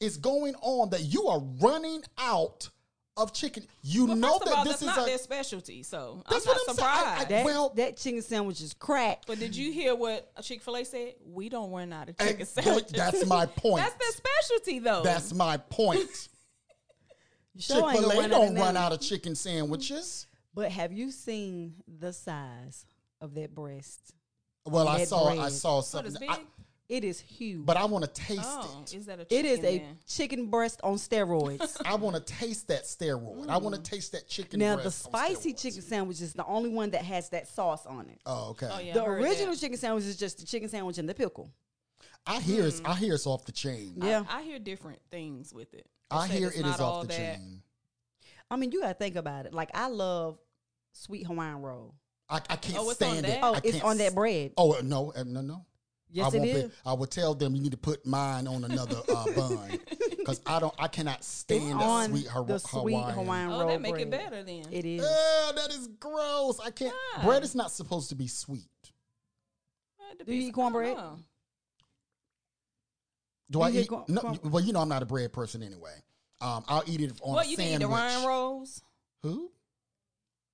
B: is going on that you are running out of chicken? You
C: Well,
B: know
C: first
B: that
C: of all,
B: this
C: that's not their
B: is a.
C: specialty, so
B: That's
C: I'm
B: what
C: not
B: I'm saying. I- I-
C: surprised.
D: that,
B: well-
D: that chicken sandwich is crack.
C: but did you hear what Chick Fil A said? We don't run out of chicken
B: Ex-
C: sandwiches.
B: that's my point.
C: <laughs> That's their specialty, though.
B: That's my point.
D: You sure
B: Chick
D: ain't
B: Fil
D: gonna
B: A
D: run
B: don't
D: of
B: run
D: them.
B: out of chicken sandwiches.
D: But have you seen the size of that breast?
B: Well, I
D: That
B: saw I
D: bread.
B: saw
C: what is
B: something,
C: big.
B: I-
D: It is huge.
B: but I want to taste
C: oh,
B: it.
C: is that a?
D: it is
C: chicken
D: a
C: then?
D: chicken breast on steroids.
B: I want to taste that steroid. I want to taste that <laughs> chicken.
D: Mm. now the
B: breast on
D: spicy
B: steroids.
D: chicken sandwich is the only one that has that sauce on it.
B: Oh, okay.
C: Oh yeah.
D: the
C: I heard
D: original
C: that.
D: chicken sandwich is just the chicken sandwich and the pickle.
B: I hear it's I hear it's off the chain.
D: Mm. Yeah.
C: I hear different things with it. They
B: I
C: said
B: hear
C: it's
B: it
C: not
B: is
C: all
B: off the
C: that.
B: chain.
D: I mean, you gotta think about it. Like I love sweet Hawaiian roll.
B: I, I can't
C: Oh, it's on
B: stand it.
C: that?
D: Oh,
B: I
D: it's
B: can't
D: on
B: s-
D: that bread.
B: Oh uh, no, uh, no, no.
D: yes,
B: I
D: it
B: won't
D: is.
B: Be, I will tell them you need to put mine on another
D: <laughs>
B: uh, bun because I don't. I cannot stand that
D: on
B: sweet, Har-
D: the sweet
B: Hawaiian.
D: Hawaiian
C: Oh,
D: roll
C: that make
D: bread.
C: it better then.
D: It is.
C: Uh,
B: Yeah, that is gross. I can't.
C: Why?
B: Bread is not supposed to be sweet.
C: Well, it
D: Do you
C: depends-
D: eat cornbread?
C: I don't know.
B: Do
D: You
B: I
D: get
B: eat?
D: gro-
B: no,
D: gro-
B: well, you know I'm not a bread person anyway. Um, I'll eat it on
C: Well,
B: a
C: you can eat
B: sandwich.
C: the Ryan rolls.
B: Who?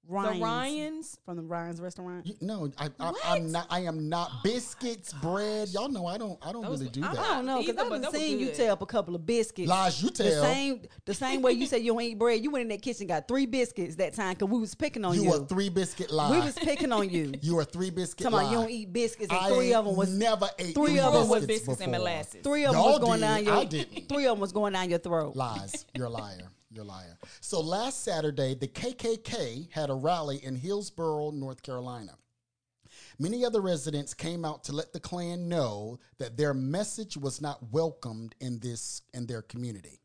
D: Ryan's,
C: The Ryan's.
D: from the Ryan's restaurant.
B: You, no, I, I,
C: What?
B: I'm not. I am not
D: <gasps>
B: biscuits, bread. Y'all know I don't. I don't
C: Those-
B: really do
C: I-
B: that.
D: I don't know because
C: Either,
D: I've
C: but
D: been
C: that was
D: seeing you
C: good.
D: tear up a couple of biscuits.
B: Lies you
D: The
B: tell.
D: same, the same way you said you don't eat bread. You went in that kitchen, got three biscuits that time because we was picking on
B: you
D: you.
B: are three biscuit lie.
D: we was picking on you.
B: <laughs> you are three biscuit
D: Talking
B: lie.
D: about you don't eat biscuits, and
B: I
D: three of them was
B: never ate
D: three of 'em was
C: With biscuits and
B: before.
C: molasses.
D: three of them
B: Y'all
D: was going
B: did.
D: down your.
B: I didn't.
D: Three of them was going down your throat.
B: Lies. You're a liar. You're a liar. So last Saturday, the KKK had a rally in Hillsborough, North Carolina. Many other residents came out to let the Klan know that their message was not welcomed in this in their community.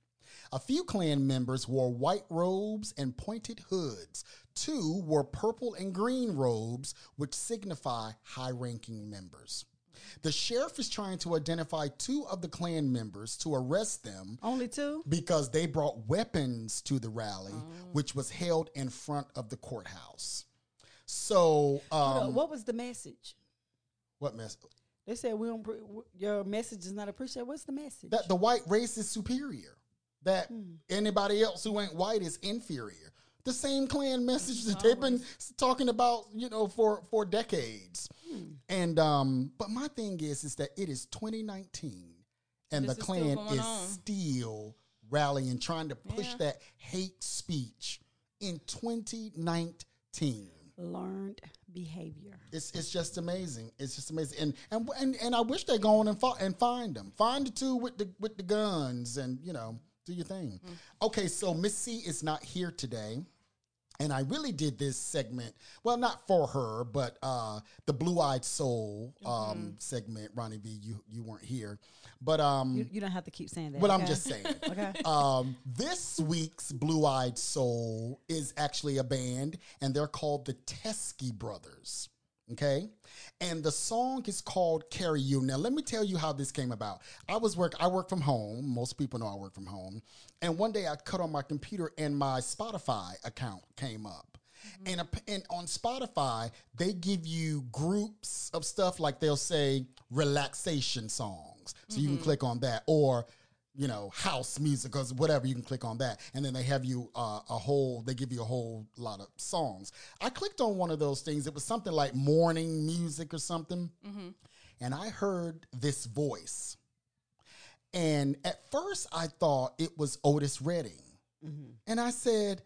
B: A few Klan members wore white robes and pointed hoods. Two wore purple and green robes, which signify high-ranking members. The sheriff is trying to identify two of the Klan members to arrest them
D: Only two.
B: because they brought weapons to the rally,
D: Oh.
B: which was held in front of the courthouse. So,
D: Hold up,
B: um,
D: what was the message?
B: what mess?
D: They said we don't. Pre- w- your message is not appreciated. What's the message?
B: That the white race is superior. That
C: Hmm.
B: anybody else who ain't white is inferior. The same Klan message that they've been s- talking about, you know, for for decades.
C: Hmm.
B: And um, but my thing is, is that it is 2019, and
C: This
B: the
C: is still
B: Klan
C: going
B: is
C: on.
B: still rallying, trying to push
C: Yeah.
B: that hate speech in 2019.
D: Learned behavior.
B: It's it's just amazing. It's just amazing. And and and, and I wish they go on and fi- and find them. Find the two with the with the guns and you know do your thing. Okay, so Miss C is not here today. And I really did this segment, well, not for her, but uh, the Blue Eyed Soul um, segment. Ronnie V, you you weren't here, but um,
D: You, you don't have to keep saying that.
B: but I'm
D: okay?
B: just saying. <laughs>
D: Okay.
B: Um, this week's Blue Eyed Soul is actually a band, and they're called the Teskey Brothers. Okay, and the song is called "Carry You." Now, let me tell you how this came about. I was work. I work from home. Most people know I work from home. And one day, I cut on my computer, and my Spotify account came up. And, a, and on Spotify, they give you groups of stuff like they'll say relaxation songs. So you can click on that or you know, house music or whatever, you can click on that. And then they have you uh, a whole, they give you a whole lot of songs. I clicked on one of those things. It was something like morning music or something. And I heard this voice. And at first I thought it was Otis Redding. And I said,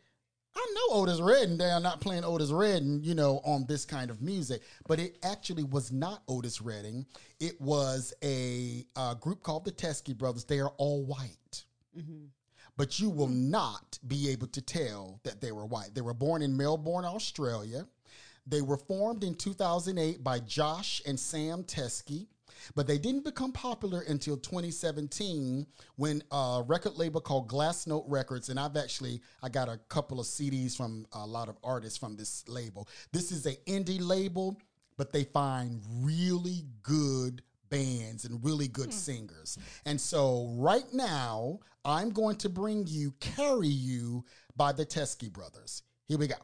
B: I know Otis Redding. They are not playing Otis Redding, you know, on this kind of music. But it actually was not Otis Redding. It was a, uh group called the Teskey Brothers. They are all white. But you will not be able to tell that they were white. They were born in Melbourne, Australia. They were formed in 2008 by Josh and Sam Teskey, but they didn't become popular until 2017 when a record label called Glassnote Records, and I've actually I got a couple of CDs from a lot of artists from this label. This is an indie label. but they find really good bands and really good singers. And so right now, I'm going to bring you Carry You by the Teskey Brothers. Here we go.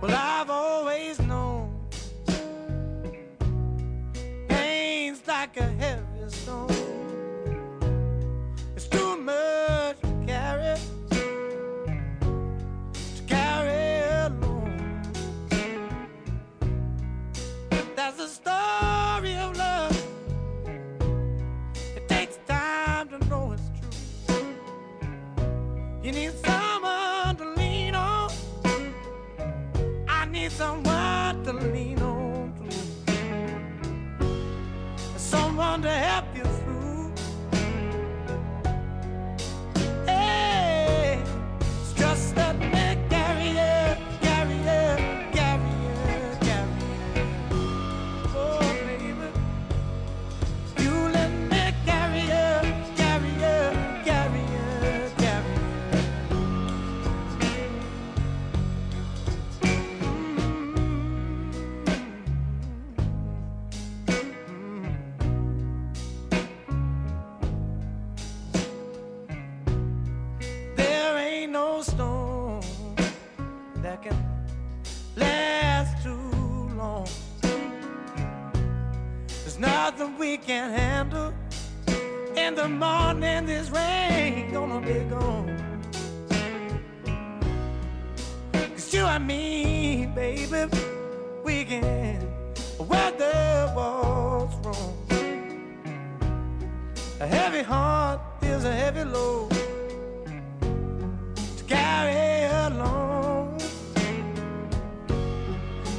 F: Well, I've always known pain's like a heavy stone. It's too much to carry, to carry alone. That's the story of love. It takes time to know it's true. You need someone to lean on. I need someone to lean on to. Someone to help you through. Hey, it's just that man carry it, carry it, carry it, carry it. Oh, baby, you let me carry it, carry it, carry it, carry it. There ain't no storm that can last too long. There's nothing we can handle. In the morning, this rain gonna be gone. Cause you and me, baby, we can weather what's wrong. A heavy heart is a heavy load to carry along.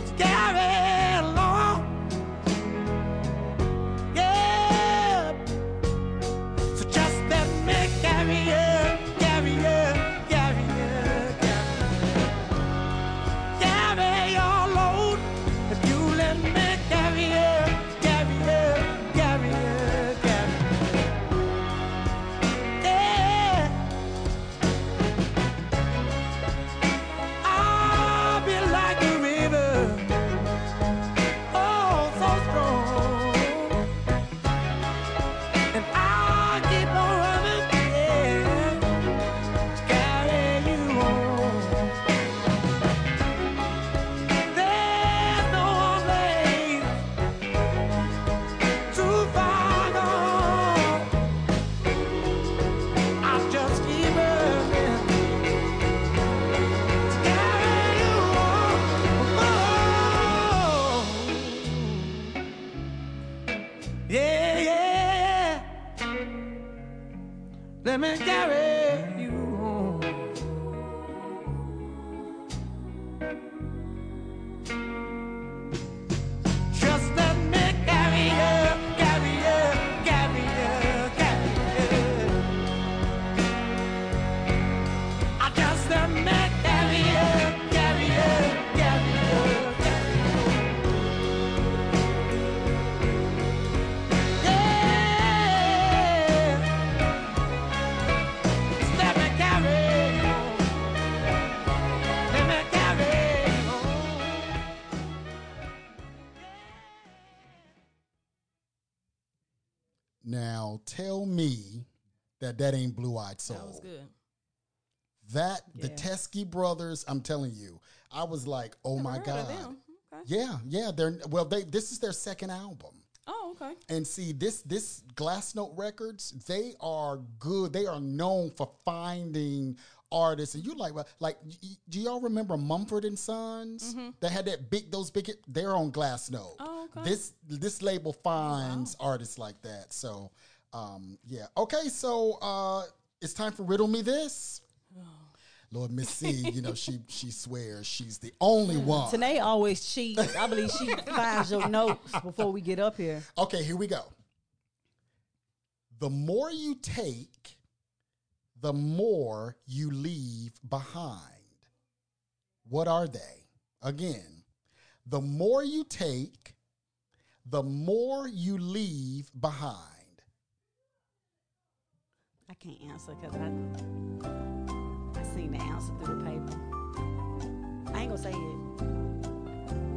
F: To carry along. Yeah. So just let me carry you, carry you, carry you, carry you. Carry your load. If you let me carry you, carry you, carry you, carry you. Yeah. I'll be like a river, oh so strong, and I'll keep on running, yeah, carry you on. There's no place too far gone. I'll just keep running. Yeah, yeah, yeah. Let me carry you home. Just let me carry you, carry you, carry you, carry you. I just a man, carry it, carry it, carry it, carry it. Yeah. Just let me carry it on. Let me carry it on.
B: Now tell me that that ain't Blue Eyed Soul.
C: That was good.
B: That the
D: Yeah.
B: Teskey Brothers. I'm telling you, I was like, oh my
C: Heard of
B: god.
C: them. Okay.
B: Yeah, yeah. They're well. They this is their second album.
C: Oh, okay.
B: And see this this Glass Note Records, they are good. They are known for finding artists. And you like well, like y- y- do y'all remember Mumford and Sons that had that big those big they're on Glass Note.
C: Mm-hmm. Oh, okay.
B: This this label finds artists like that. So um yeah. Okay, so uh it's time for Riddle Me This.
C: Oh.
B: Lord Miss C, you know,
C: <laughs>
B: she she swears she's the only one.
D: Tanae always cheats. I believe she <laughs> finds your notes before we get up here.
B: Okay, here we go. The more you take, the more you leave behind. What are they? Again, the more you take, the more you leave behind.
D: I can't answer because I I seen the answer through the paper. I ain't gonna say it.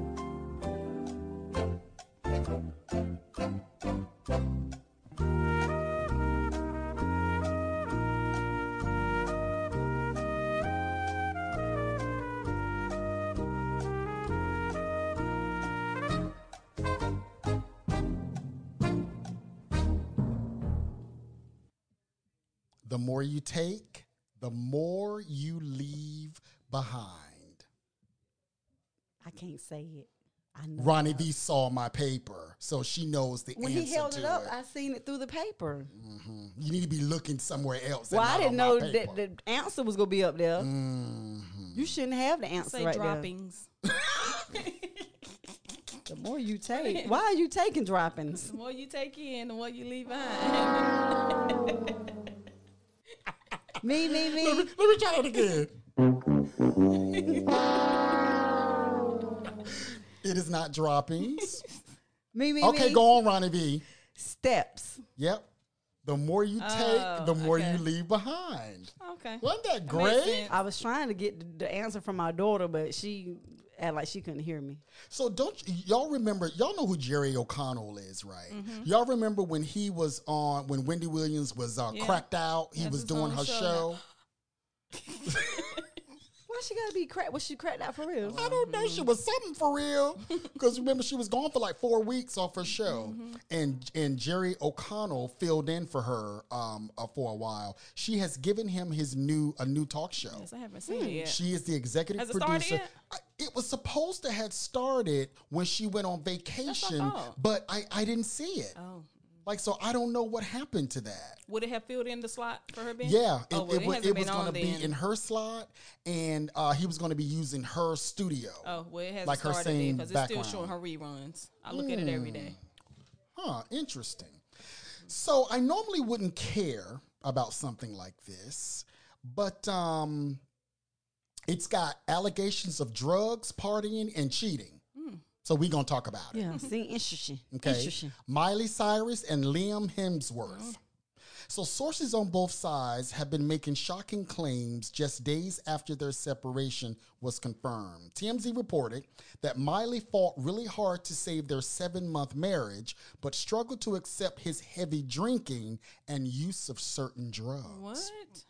B: The more you take, the more you leave behind.
D: I can't say it. I know.
B: Ronnie V saw my paper, so she knows the
D: When
B: answer
D: he held
B: to
D: it up, I seen it through the paper.
B: you need to be looking somewhere else. and
D: Well, I
B: not
D: didn't
B: on
D: know
B: my paper. Mm-hmm.
D: that the answer was gonna be up there. You shouldn't have the answer
C: Say
D: right
C: droppings.
D: there. The more <laughs> you take, why are you taking droppings?
C: The more you take in, the more you leave behind. <laughs>
D: me, me, me.
B: <laughs> Let me try that again. it is not
C: <laughs>
B: droppings.
D: Me, me,
B: Okay,
D: me.
B: go on, Ronnie V.
D: Steps.
B: Yep. The more you take, the more you leave behind.
C: okay.
B: Wasn't that
C: Oh, Makes
B: great?
C: sense.
D: I was trying to get the- the answer from my daughter, but she act like she couldn't hear me.
B: So don't y- y'all remember? Y'all know who Jerry O'Connell is, right?
C: Mm-hmm.
B: Y'all remember when he was on when Wendy Williams was uh,
C: Yeah.
B: cracked out? He
C: That's
B: was
C: his
B: doing
C: own
B: her
C: show
B: show.
D: Why she gotta be cracked? Was she cracked out for real?
B: I don't know. She was something for
C: <laughs>
B: real. Because remember, she was gone for like four weeks off her show,
C: Mm-hmm.
B: and and Jerry O'Connell filled in for her um, uh, for a while. She has given him his new a new talk show.
C: <laughs> Yes, I haven't seen it yet.
B: Hmm. She is the executive
C: Has it started
B: producer.
C: yet?
B: I- It was supposed to have started when she went on vacation,
C: thought.
B: but I, I didn't see it.
C: oh.
B: Like, so I don't know what happened to that.
C: Would it have filled in the slot for her being?
B: Yeah, it,
C: Oh, well,
B: it
C: it,
B: wa-
C: hasn't
B: it
C: been
B: was
C: on
B: going to be
C: then.
B: in her slot, and uh, he was going to be using her studio.
C: Oh, well, it hasn't
B: like her
C: started then
B: same
C: because it's
B: background.
C: still showing her reruns. I look at it every day.
B: Huh, interesting. So I normally wouldn't care about something like this, but um, it's got allegations of drugs, partying, and cheating. So we're going to talk about it.
D: Yeah, <laughs> see, interesting.
B: Okay.
D: Interesting.
B: Miley Cyrus and Liam Hemsworth. So, sources on both sides have been making shocking claims just days after their separation was confirmed. TMZ reported that Miley fought really hard to save their seven month marriage, but struggled to accept his heavy drinking and use of certain drugs
C: What?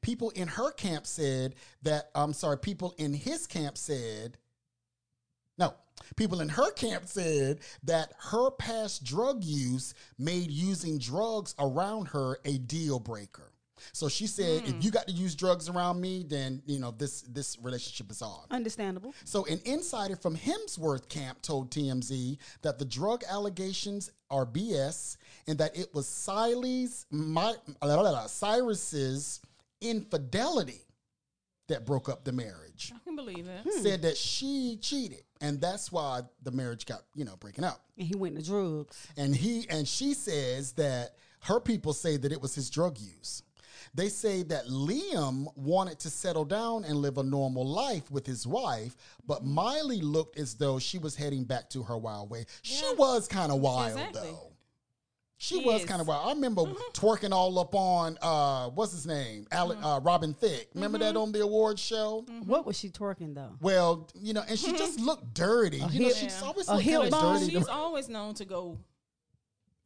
B: people in her camp said that I'm sorry, people in his camp said no. People in her camp said that her past drug use made using drugs around her a deal breaker. So she said, if you got to use drugs around me, then you know this this relationship is on.
D: Understandable.
B: So, an insider from Hemsworth Camp told TMZ that the drug allegations are BS and that it was Silas, my, la, la, la, Cyrus's infidelity that broke up the marriage.
C: I can believe
B: <laughs>
C: it.
B: Said that she cheated, and that's why the marriage got you know breaking up.
D: And he went to drugs.
B: And he and she says that her people say that it was his drug use. They say that Liam wanted to settle down and live a normal life with his wife, but Miley looked as though she was heading back to her wild way. She was kind of wild
C: Exactly.
B: though. She
C: She
B: was
C: is. Mm-hmm.
B: kind of wild. I remember twerking all up on uh, what's his name, Ale- uh, Robin Thicke. Remember
C: Mm-hmm.
B: that on the awards show?
D: What was she twerking though?
B: Well, you know, and she just
C: Mm-hmm.
B: looked dirty. you know,
D: hip-
B: she's always
D: a
B: looked
D: hip
B: kind of
D: bone.
B: dirty. to
C: She's always known to go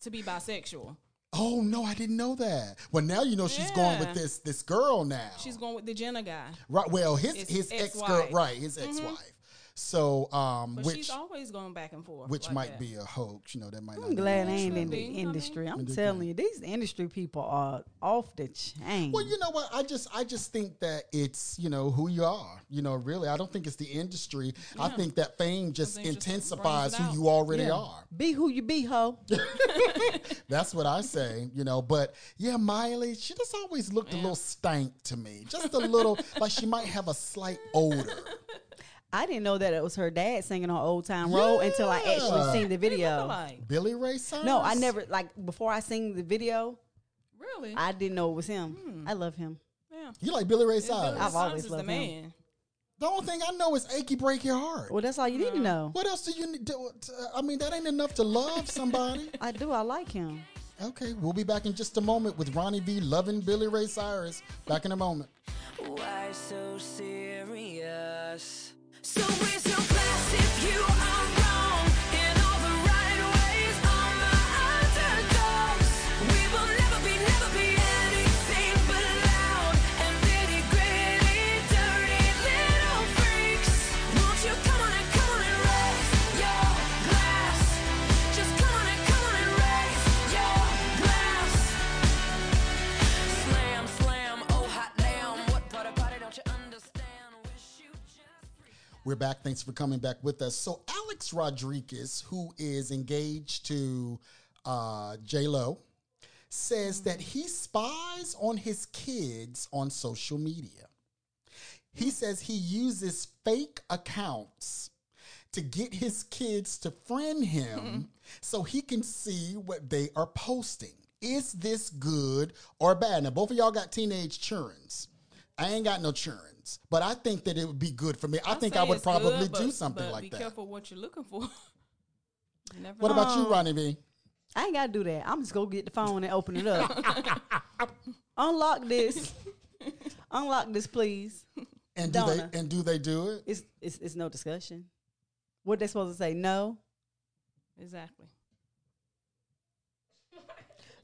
C: to be bisexual.
B: Oh no, I didn't know that. Well, now you know she's going with
C: Yeah.
B: this this girl now.
C: She's going with the Jenna guy.
B: right. Well, his
C: His
B: his ex girl,
C: ex-wife. Mm-hmm.
B: right? His ex wife. So, um,
C: But
B: which
C: she's always going back and forth.
B: which
C: like
B: might
C: that.
B: be a hoax. You know, that might. not
D: I'm
B: be-
D: glad I ain't in
C: should
D: the
C: be. I mean-
D: industry. I'm telling you, these industry people are off the chain.
B: Well, you know what? I just I just think that it's you know who you are. You know, really, I don't think it's the industry. I think that fame just
C: think it just
B: intensifies
C: brings it
B: who you already are.
D: Be who you be, ho.
B: That's what I say, you know. But yeah, Miley, she just always looked a little stank to me. Just a little, like she might have a slight odor.
D: I didn't know that it was her dad singing on Old Time Road until I actually
B: Yeah.
D: seen the video.
C: Like
B: Billy Ray Cyrus?
D: No, I never like before I seen the video.
C: really?
D: I didn't know it was him. I love him.
C: yeah.
B: You like Billy Ray
C: Billy
B: Cyrus?
D: I've always
C: Cyrus is the
D: loved him.
C: man.
B: The only thing I know is achy break your heart.
D: Well, that's all you need to know.
B: What else do you need? To, I mean, that ain't enough to love somebody.
D: I do. I like him.
B: okay, we'll be back in just a moment with Ronnie V loving Billy Ray Cyrus. Back in a moment.
E: Why so serious? So raise your glass if you are wrong in all the right ways. All my underdogs, we will never be, never be anything but loud and nitty gritty, dirty little freaks. Won't you come on and come on and raise your glass? Just come on and come on and raise your glass. Slam, slam, oh hot damn. What part about it don't you understand? Wish you just.
B: We're back. Thanks for coming back with us. So, Alex Rodriguez, who is engaged to uh, J Lo, says that he spies on his kids on social media. He says he uses fake accounts to get his kids to friend
C: Mm-hmm.
B: him so he can see what they are posting. Is this good or bad? Now, both of y'all got teenage churns. I ain't got no churns, but I think that it would be good for me. I, think I
C: say
B: would
C: it's good,
B: probably
C: but-
B: do something
C: but
B: like
C: be
B: that.
C: Be careful Um, what you're looking for. <laughs> You never
B: What
C: know.
B: about you, Ronnie B?
D: I ain't gotta do that. I'm just gonna get the phone and open
C: <laughs>
D: it up. Unlock this. Unlock this, please.
B: And do
D: Donna.
B: they and do they do it?
D: It's it's, it's no discussion. What they supposed to say? No.
C: exactly?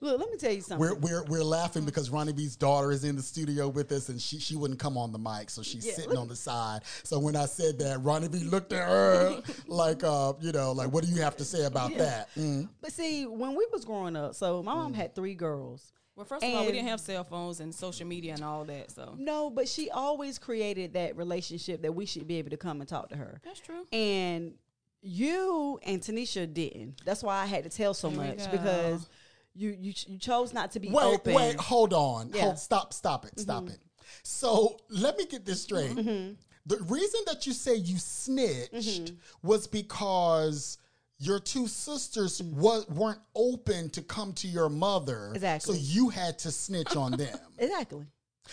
D: Look, let me tell you something.
B: We're, we're, we're laughing because Ronnie B's daughter is in the studio with us and she, she wouldn't come on the mic, so she's
D: Yeah,
B: sitting
D: look-
B: on the side. So when I said that, Ronnie B looked at
D: <laughs>
B: her like, uh, you know, like, what do you have to say about that? Mm.
D: but see, when we was growing up, so my mom had three girls.
C: Well, first of all, we
D: And-
C: didn't have cell phones and social media and all that, so
D: No, but she always created that relationship that we should be able to come and talk to her.
C: that's true.
D: And you and Tanisha didn't. That's why I had to tell so
C: Here we
D: much
C: go.
D: because you, you ch- you chose not to be
B: Wait,
D: open.
B: wait, hold on.
D: Yeah. Mm-hmm.
B: Hold, stop, stop it, stop it. So let me get this straight. The reason that you say you snitched
D: Mm-hmm.
B: was because your two sisters
D: Mm.
B: wa- weren't open to come to your mother.
D: Exactly.
B: So you had to snitch on them.
D: Exactly.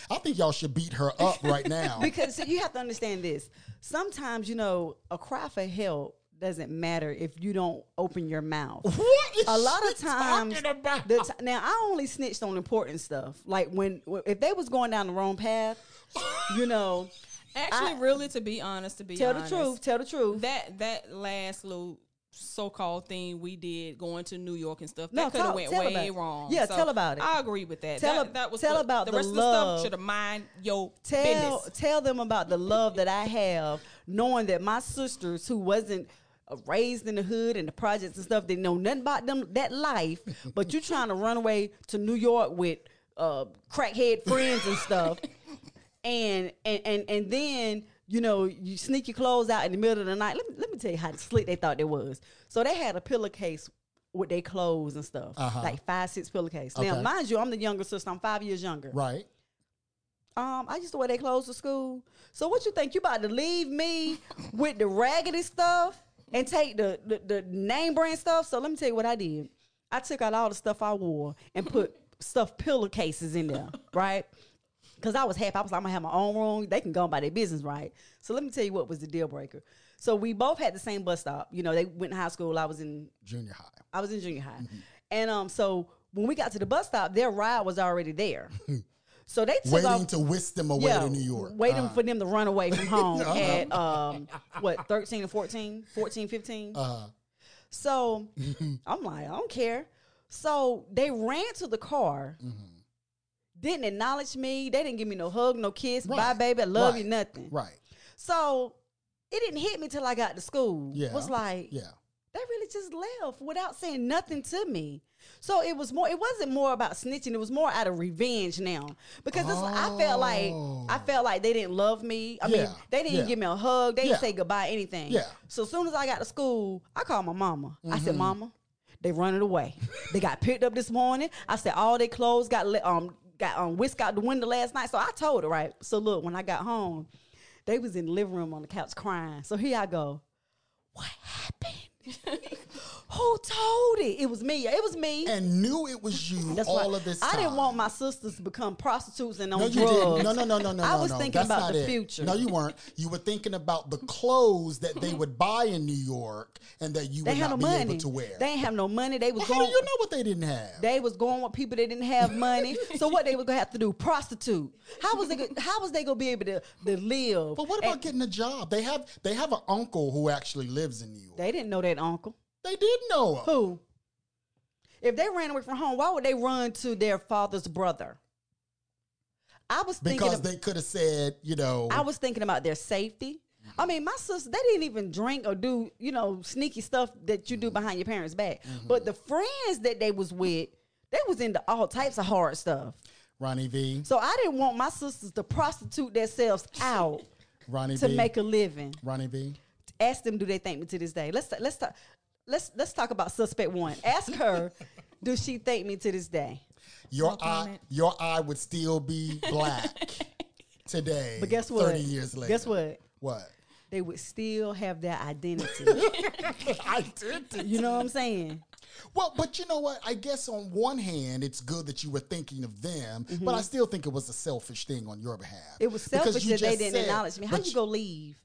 B: I think y'all should beat her up right now.
D: <laughs> because see, you have to understand this. Sometimes, you know, a cry for help doesn't matter if you don't open your mouth.
B: what is
D: A lot of
B: she
D: times,
B: talking about?
D: the ti- now I only snitched on important stuff. Like when if they was going down the wrong path, you know,
C: Actually,
D: I-
C: really, to be honest, to be
D: tell
C: honest,
D: the truth, tell the truth.
C: that that last little so-called thing we did going to New York and stuff
D: No,
C: that could have
D: tell-
C: went
D: tell
C: way
D: about it.
C: wrong.
D: Yeah, tell about it.
C: I agree with that.
D: Tell
C: that,
D: ab-
C: that was
D: tell
C: what-
D: about
C: the
D: the
C: rest of the
D: love.
C: stuff should have mind your
D: tell
C: business.
D: tell them about the love that I have, knowing that my sisters who wasn't uh, raised in the hood and the projects and stuff, they know nothing about them that life. But you trying to run away to New York with uh, crackhead friends and stuff, and and and and then. You know, you sneak your clothes out in the middle of the night. Let me, let me tell you how slick they thought they was. So they had a pillowcase with their clothes and stuff, like five, six pillowcase. Now,
B: Okay.
D: mind you, I'm the younger sister. I'm five years younger.
B: Right.
D: Um, I used to wear they clothes to school. So what you think? You about to leave me with the raggedy stuff and take the, the the name brand stuff? So let me tell you what I did. I took out all the stuff I wore and put stuff pillowcases in there, <laughs> right? Because I was happy. I was like, I'm gonna have my own room. They can go by their business, right? So let me tell you what was the deal breaker. So we both had the same bus stop. You know, they went to high school. I was in
B: Junior high.
D: I was in junior high.
B: Mm-hmm.
D: And um, so when we got to the bus stop, their ride was
B: <laughs>
D: already there. so they took
B: Waiting
D: off,
B: to whisk them away to New York. Uh, Uh-huh.
D: Waiting for them to run
B: <laughs>
D: away from home at um, what, 13 or 14, 14, 15? Uh-huh.
B: <laughs>
D: So I'm like, I don't care. So they ran to the car,
B: Mm-hmm.
D: didn't acknowledge me. They didn't give me no hug, no kiss. Bye,
B: Right.
D: baby. I love you,
B: Right.
D: nothing.
B: Right.
D: So it didn't hit me till I got to school.
B: Yeah.
D: was like,
B: yeah.
D: they really just left without saying nothing to me. So it was more. It wasn't more about snitching. It was more out of revenge now because it's, I felt like I felt like they didn't love me. I mean,
B: Oh. Yeah,
D: they didn't
B: yeah.
D: give me a hug. They
B: Yeah.
D: didn't say goodbye. Anything.
B: Yeah. Mm-hmm.
D: So as soon as I got to school, I called my mama. I said, "Mama, they running away. they got picked up this morning. I said all their clothes got le- um got um whisked out the window last night. So I told her right. So look, when I got home, they was in the living room on the couch crying. So here I go. What happened? <laughs> Who told it? It was me. It was me.
B: and knew it was
D: <laughs>
B: you all
D: right.
B: of this
D: I didn't
B: time.
D: want my sisters to become prostitutes and on
B: No, you
D: drugs.
B: didn't. No, no, no, no, no.
D: I
B: no,
D: was
B: no.
D: thinking
B: That's
D: about
B: not
D: the
B: it.
D: future.
B: No, you weren't. You were thinking about the clothes that they would buy in New York and that you
D: they
B: would
D: had
B: not
D: no
B: be
D: money.
B: able to wear.
D: They didn't have no money. They was
B: Well, how
D: going.
B: do you know what they didn't have?
D: They was going with people that didn't have money. so what they were gonna have to do? Prostitute. How was they? go- How was they gonna be able to, to live?
B: but what
D: And
B: about getting a job? They have they have an uncle who actually lives in New York. They,
D: They didn't know that uncle.
B: did know him.
D: Who? If they ran away from home, why would they run to their father's brother? I was thinking
B: because
D: of-
B: they could have said, you know,
D: I was thinking about their safety. I mean, my sister, they didn't even drink or do, you know, sneaky stuff that you do
B: Mm-hmm.
D: behind your parents' back. But the friends that they was with, they was into all types of hard stuff.
B: Ronnie V,
D: So I didn't want my sisters to prostitute themselves out
B: Ronnie
D: to
B: V,
D: make a living.
B: Ronnie V.
D: Ask them, do they thank me to this day? Let's let's talk. Let's let's talk about suspect one. Ask
B: <laughs>
D: her, do she thank me to this day?
B: Your eye, your eye would still be
D: <laughs>
B: black today.
D: But guess what?
B: Thirty years later.
D: Guess what?
B: What?
D: They would still have their
B: <laughs>
D: identity.
B: I did. it.
D: you know what I'm saying?
B: Well, but you know what? I guess on one hand, it's good that you were thinking of them, but I still think it was a selfish thing on your behalf.
D: Mm-hmm. It was
B: Because
D: selfish
B: you
D: that they
B: just
D: didn't
B: said-
D: acknowledge me. How
B: but
D: you go leave?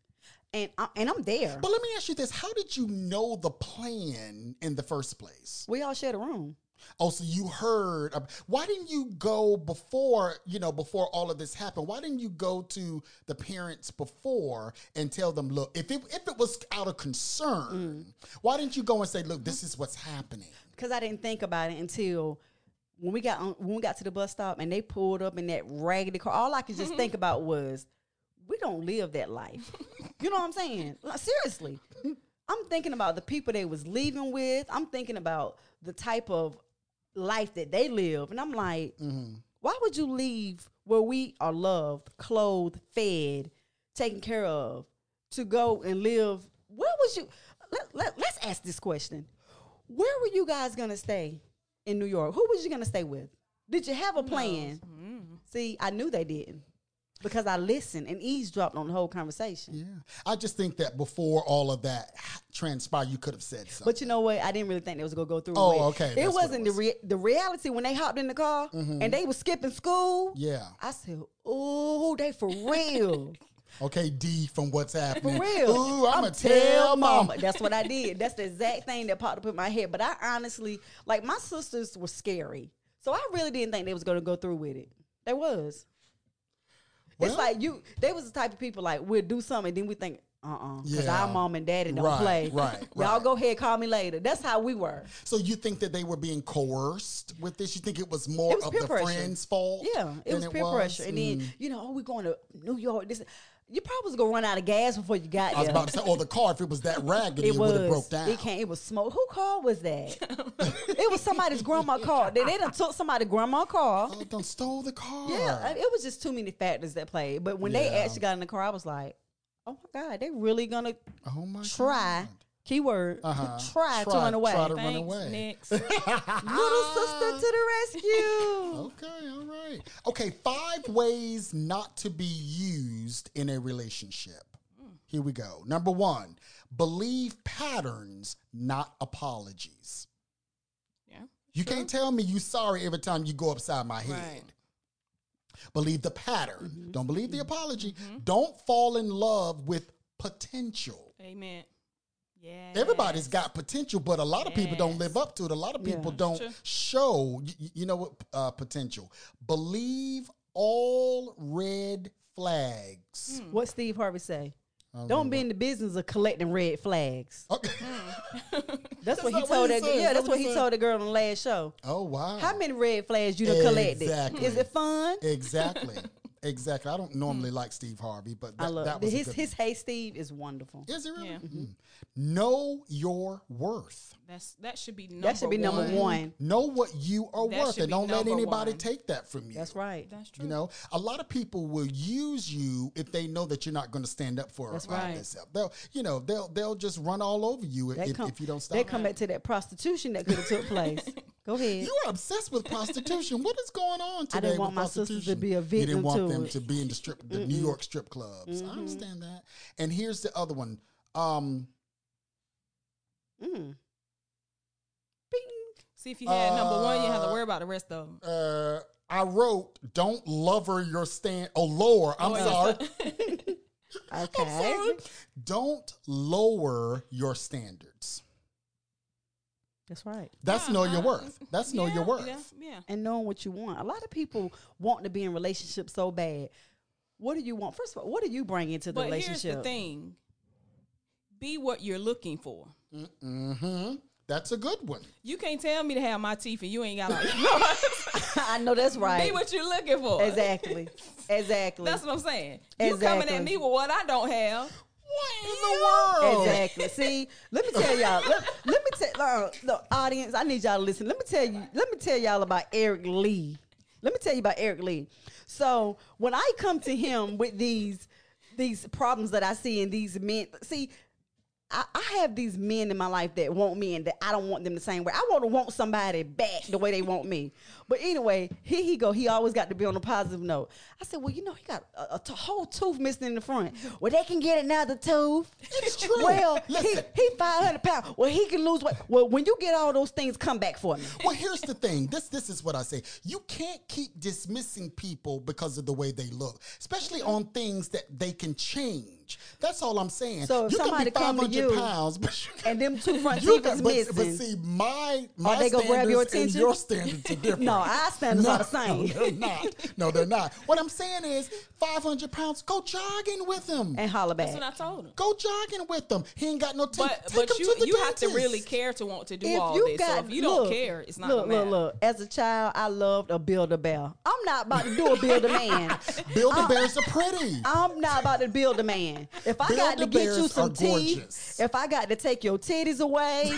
D: And I, and I'm there.
B: But let me ask you this: How did you know the plan in the first place?
D: we all shared a room.
B: Oh, so you heard? ab- Why didn't you go before? You know, before all of this happened, why didn't you go to the parents before and tell them, "Look, if it if it was out of concern,
D: Mm.
B: why didn't you go and say, "Look, this is what's happening."
D: because I didn't think about it until when we got on, when we got to the bus stop and they pulled up in that raggedy car. All I could just think about was, we don't live that life. you know what I'm saying? Like, seriously, I'm thinking about the people they was leaving with. I'm thinking about the type of life that they live, and I'm like, why would you leave where we are loved, clothed, fed, taken care of, to go and live? Where was you? Let, let, let's ask this question where were you guys gonna stay in New York? Who was you gonna stay with? Did you have a plan? See, I knew they didn't because I listened and eavesdropped on the whole conversation.
B: Yeah, I just think that before all of that transpired, you could have said something.
D: But you know what? I didn't really think they was gonna go through.
B: Oh,
D: with it.
B: okay,
D: It
B: that's what it Mm-hmm.
D: wasn't the rea- the reality when they hopped in the car and they was skipping school.
B: Yeah.
D: I said, "Oh, they
B: <laughs>
D: for real,
B: Okay, D from what's <laughs> happening.
D: for real."
B: Ooh, I'm, gonna tell mama.
D: <laughs> That's what I did. That's the exact thing that popped up in my head. But I honestly, like, my sisters were scary, so I really didn't think they was gonna go through with it. They was.
B: Well,
D: it's like you. They was the type of people like we'll do something, then we think, uh, uh because
B: Yeah.
D: our mom and daddy don't
B: Right,
D: play.
B: right,
D: <laughs> Y'all
B: right.
D: go ahead, call me later. That's how we were.
B: so you think that they were being coerced with this? You think it was more
D: It was
B: of
D: peer
B: the
D: pressure.
B: friend's fault?
D: Yeah, it
B: than Mm.
D: was peer pressure, and then you know, oh, we going to New York. This, you probably was gonna run out of gas before you got
B: I was
D: there.
B: about to say, or the car, if it was that raggedy,
D: it
B: it, would
D: was.
B: have broke down.
D: It can't. It was smoke. Who car was <laughs> that? it was somebody's grandma car. They, they done took somebody's grandma car.
B: Oh, done stole the car.
D: Yeah, I- it was just too many factors that played. But when they
B: Yeah.
D: actually got in the car, I was like, oh my god, they really gonna
B: Oh my
D: try.
B: God.
D: Mm-hmm. Keyword.
B: Uh-huh.
D: Try, to run away.
B: Try to run
C: Thanks,
B: away.
C: next.
D: <laughs> Little sister to the <laughs> rescue.
B: Okay, all right. Okay, five ways not to be used in a relationship. Here we go. Number one, believe patterns, not apologies.
C: yeah.
B: You can't tell me you sorry every time you go upside my head.
C: Right.
B: Believe the pattern.
D: Mm-hmm.
B: Don't believe the apology. Don't fall in love with potential.
C: Amen. Yeah.
B: Everybody's got potential, but a lot of people don't
C: Yes.
B: live up to it. A lot of people
D: Yeah.
B: don't
C: True.
B: show, y- y- you know, what uh, potential. Believe all red flags.
D: What Steve Harvey say? Don't be in the business of collecting red <laughs> flags.
B: Okay.
D: Hmm. That's what he
B: not what
D: told
B: he
D: that.
B: said.
D: Yeah,
B: That's
D: that's
B: what
D: what
B: he
D: he Uh-huh.
B: said.
D: told the girl on the last show.
B: <laughs> Oh wow!
D: How many red flags you done collected?
B: Exactly.
D: Is it fun?
B: Exactly,
D: <laughs>
B: exactly. I don't normally like Steve Harvey, but that,
D: Hmm. I love
B: that
D: it.
B: was a
D: his
B: good
D: his Hey Steve is wonderful.
B: one. Is it really?
C: Yeah.
B: Mm. Know your worth.
C: That's that should be number
D: That should be number
C: one.
D: one.
B: Know what you are
C: That
B: worth,
C: should
B: and
C: be
B: don't let
C: number
B: anybody
C: one.
B: take that from you.
D: That's right.
C: That's true.
B: You know, a lot of people will use you if they know that you're not going to stand up for uh,
C: right.
B: yourself. They'll, you know, they'll they'll just run all over you
D: That
B: if,
D: come,
B: if you don't stop.
D: They come back to that prostitution that could have took place. Go ahead.
B: You are obsessed with prostitution. What is going on today?
D: I didn't want
B: with
D: my sisters to
B: prostitution?
D: be a
B: You
D: victim
B: didn't want
D: to
B: them
D: it.
B: to be in the strip, the New York strip clubs. I understand that. And here's the other one. Um,
D: Mm.
C: See, if you had number one, you didn't have to worry about the rest of them.
B: Uh, I wrote, "Don't lover your stand." Oh, lower. I'm sorry.
D: <laughs> Okay.
B: Don't lower your standards.
D: That's right.
B: That's know your worth. That's know your worth.
C: Yeah, yeah.
D: And knowing what you want. A lot of people want to be in relationships so bad. What do you want? First of all, what do you bring into the
C: But
D: relationship?
C: here's the thing: be what you're looking for.
B: hmm That's a good one.
C: You can't tell me to have my teeth <laughs> and you ain't got like
D: <laughs> I know that's
C: be
D: right.
C: what you're looking for.
D: Exactly. exactly.
C: That's what I'm saying. You coming
D: Exactly.
C: at me with what I don't have.
B: What in the world?
D: Exactly. See, let me tell y'all. Let, let me tell uh, the audience. I need y'all to listen. Let me tell you. Let me tell y'all about Eric Lee. Let me tell you about Eric Lee. So when I come to him with these these problems that I see in these men, see. I, I have these men in my life that want me and that I don't want them the same way. I want to want somebody back the way they want me. But anyway, here he go. He always got to be on a positive note. I said, well, you know, he got a, a t- whole tooth missing in the front. Well, they can get another tooth.
B: It's true.
D: <laughs> Well, he,
B: Listen.
D: he 500 pounds. Well, he can lose weight. Well, when you get all those things, come back for me.
B: Well, here's the thing. This this is what I say. You can't keep dismissing people because of the way they look, especially on things that they can change. That's all I'm saying.
D: So if
B: you can
D: somebody
B: be
D: come to
B: 500
D: you
B: pounds, but you
D: And them
B: <laughs>
D: two front
B: You
D: teeth
B: got,
D: is
B: but,
D: missing.
B: but see, my my
D: they gonna
B: standards
D: grab your
B: and
D: attention?
B: your standards are different.
D: <laughs> No, our standards are the same.
B: <laughs> No, they're not. No, they're not. What I'm saying is, 500 pounds. Go jogging with him.
D: and holler back.
C: That's what I told him.
B: Go jogging with him. He ain't got no teeth.
C: But
B: Take
C: but
B: him
C: you
B: to the
C: you have to
B: dentist.
C: really care to want to do all this. so if you
D: look,
C: don't care, it's not
D: look,
C: gonna matter.
D: look, look. As a child, I loved a builder bear. I'm not about to do a
C: <laughs>
D: builder man.
B: Builder
D: Uh,
B: bears are
D: <laughs>
B: pretty.
D: I'm not about to build a man. If I got to get you
B: Build-A-Bears
D: some
B: are
D: teeth,
B: gorgeous.
D: if I got to take your
B: <laughs>
D: titties away,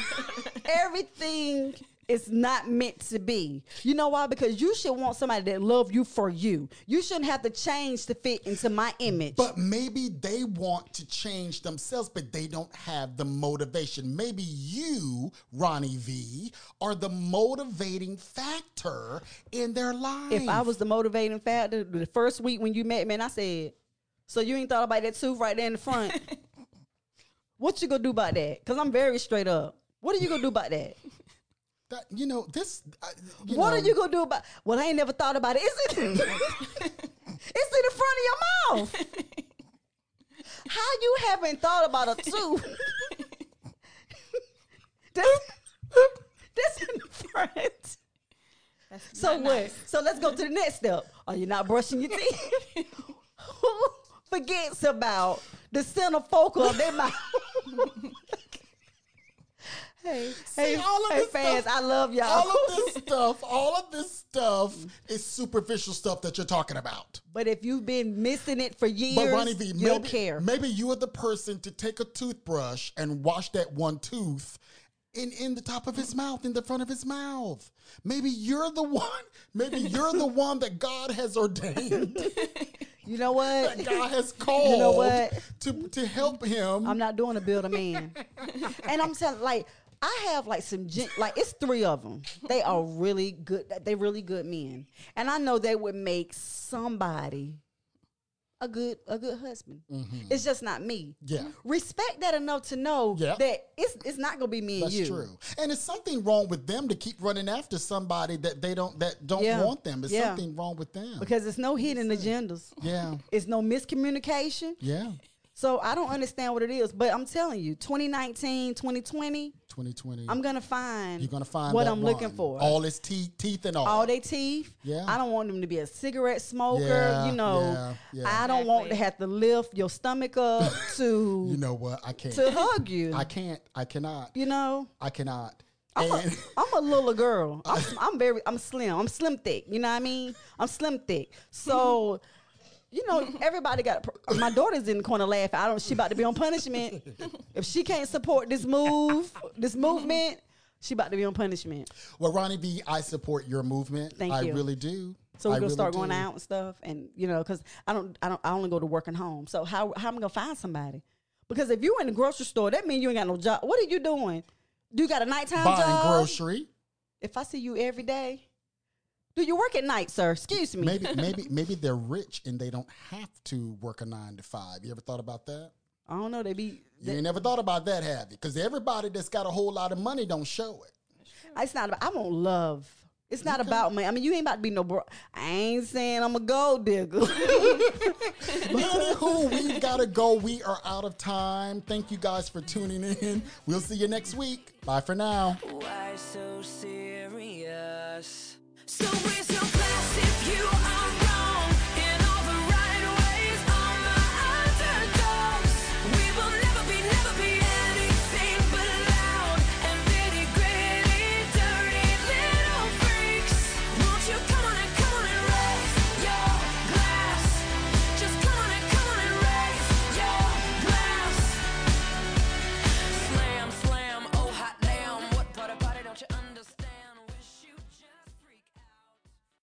D: everything is not meant to be. You know why? Because you should want somebody that love you for you. You shouldn't have to change to fit into my image.
B: But maybe they want to change themselves, but they don't have the motivation. Maybe you, Ronnie V, are the motivating factor in their life.
D: if I was the motivating factor, the first week when you met me, and I said, "So you ain't thought about that tooth right there in
B: <laughs>
D: the front? what you gonna do about that?" Because I'm very straight up. What are you gonna do about that?
B: That- you know, this. Uh, you
D: what
B: know,
D: are you gonna do about? Well, I ain't never thought about it. It's in, <laughs> it's in the
B: <laughs>
D: front of your mouth. How you haven't thought about a tooth? <laughs> that's, that's in the front. So what? So let's go to the next step. Are you not brushing your teeth?
B: <laughs>
D: Who forgets about the center focal of their
B: <laughs>
D: mouth? <laughs> hey, hey,
B: all of
D: hey,
B: this
D: fans,
B: stuff-
D: I love y'all.
B: All of this stuff, all of this stuff is superficial stuff that you're talking about.
D: But if you've been missing it for years,
B: But Ronnie V,
D: you
B: maybe,
D: don't care.
B: maybe you are the person to take a toothbrush and wash that one tooth in, in the top of his mouth, in the front of his mouth. Maybe you're the one, maybe you're the one that God has
D: <laughs>
B: ordained,
D: you know what?
B: that <laughs> God has called
D: what?
B: to, to help him.
D: I'm not doing a build a man. <laughs> and I'm telling like I have like some gen- like it's three of them. They are really good. They really good men, and I know they would make somebody a good a good husband. It's just not me.
B: Yeah.
D: respect that enough to know
B: Yeah.
D: that it's it's not gonna be me
B: that's
D: and you.
B: true, and it's something wrong with them to keep running after somebody that they don't that don't
D: Yeah.
B: want them. It's
D: Yeah.
B: something wrong with them.
D: because it's no hidden agendas.
B: yeah,
D: It's no miscommunication.
B: yeah,
D: So I don't understand what it is, but I'm telling you, 2019, 2020,
B: 2020.
D: I'm gonna find
B: you're gonna find
D: what
B: that
D: I'm looking
B: one.
D: for.
B: All his teeth, teeth and all.
D: all their teeth.
B: Yeah.
D: I don't want them to be a cigarette smoker.
B: Yeah,
D: you know,
B: yeah, yeah.
D: I don't want to have to lift your stomach up to
B: <laughs> You know what? I can't.
D: to hug you.
B: I can't. I cannot.
D: you know,
B: I cannot.
D: I'm a,
B: And <laughs>
D: I'm a little girl. I'm, I'm very I'm slim. I'm slim thick. You know what I mean? I'm slim thick. So. You know, everybody got. a pro- My daughter's in the corner laughing. I don't. She about to be on punishment. If she can't support this move, this movement, she about to be on punishment.
B: well, Ronnie B, I support your movement.
D: Thank
B: I
D: you.
B: really do.
D: So we're
B: I
D: gonna
B: really
D: start going
B: do.
D: out and stuff, and you know, because I don't, I don't, I only go to work and home. So how how am I gonna find somebody? Because if you in the grocery store, that means you ain't got no job. What are you doing? Do you got a nighttime
B: Buying
D: job?
B: grocery.
D: If I see you every day, do you work at night, sir? Excuse me. <laughs>
B: Maybe, maybe, maybe they're rich and they don't have to work a nine to five. You ever thought about that?
D: I don't know. They be.
B: You ain't never thought about that, have you? Because everybody that's got a whole lot of money don't show
D: <laughs>
B: it.
D: It's not. About, I want love. It's not about me. I mean, you ain't about to be no bro. I ain't saying I'm a gold digger.
B: Anywho, we gotta go. We are out of time. Thank you guys for tuning in. We'll see you next week. Bye for now.
E: Why so serious? So we oh,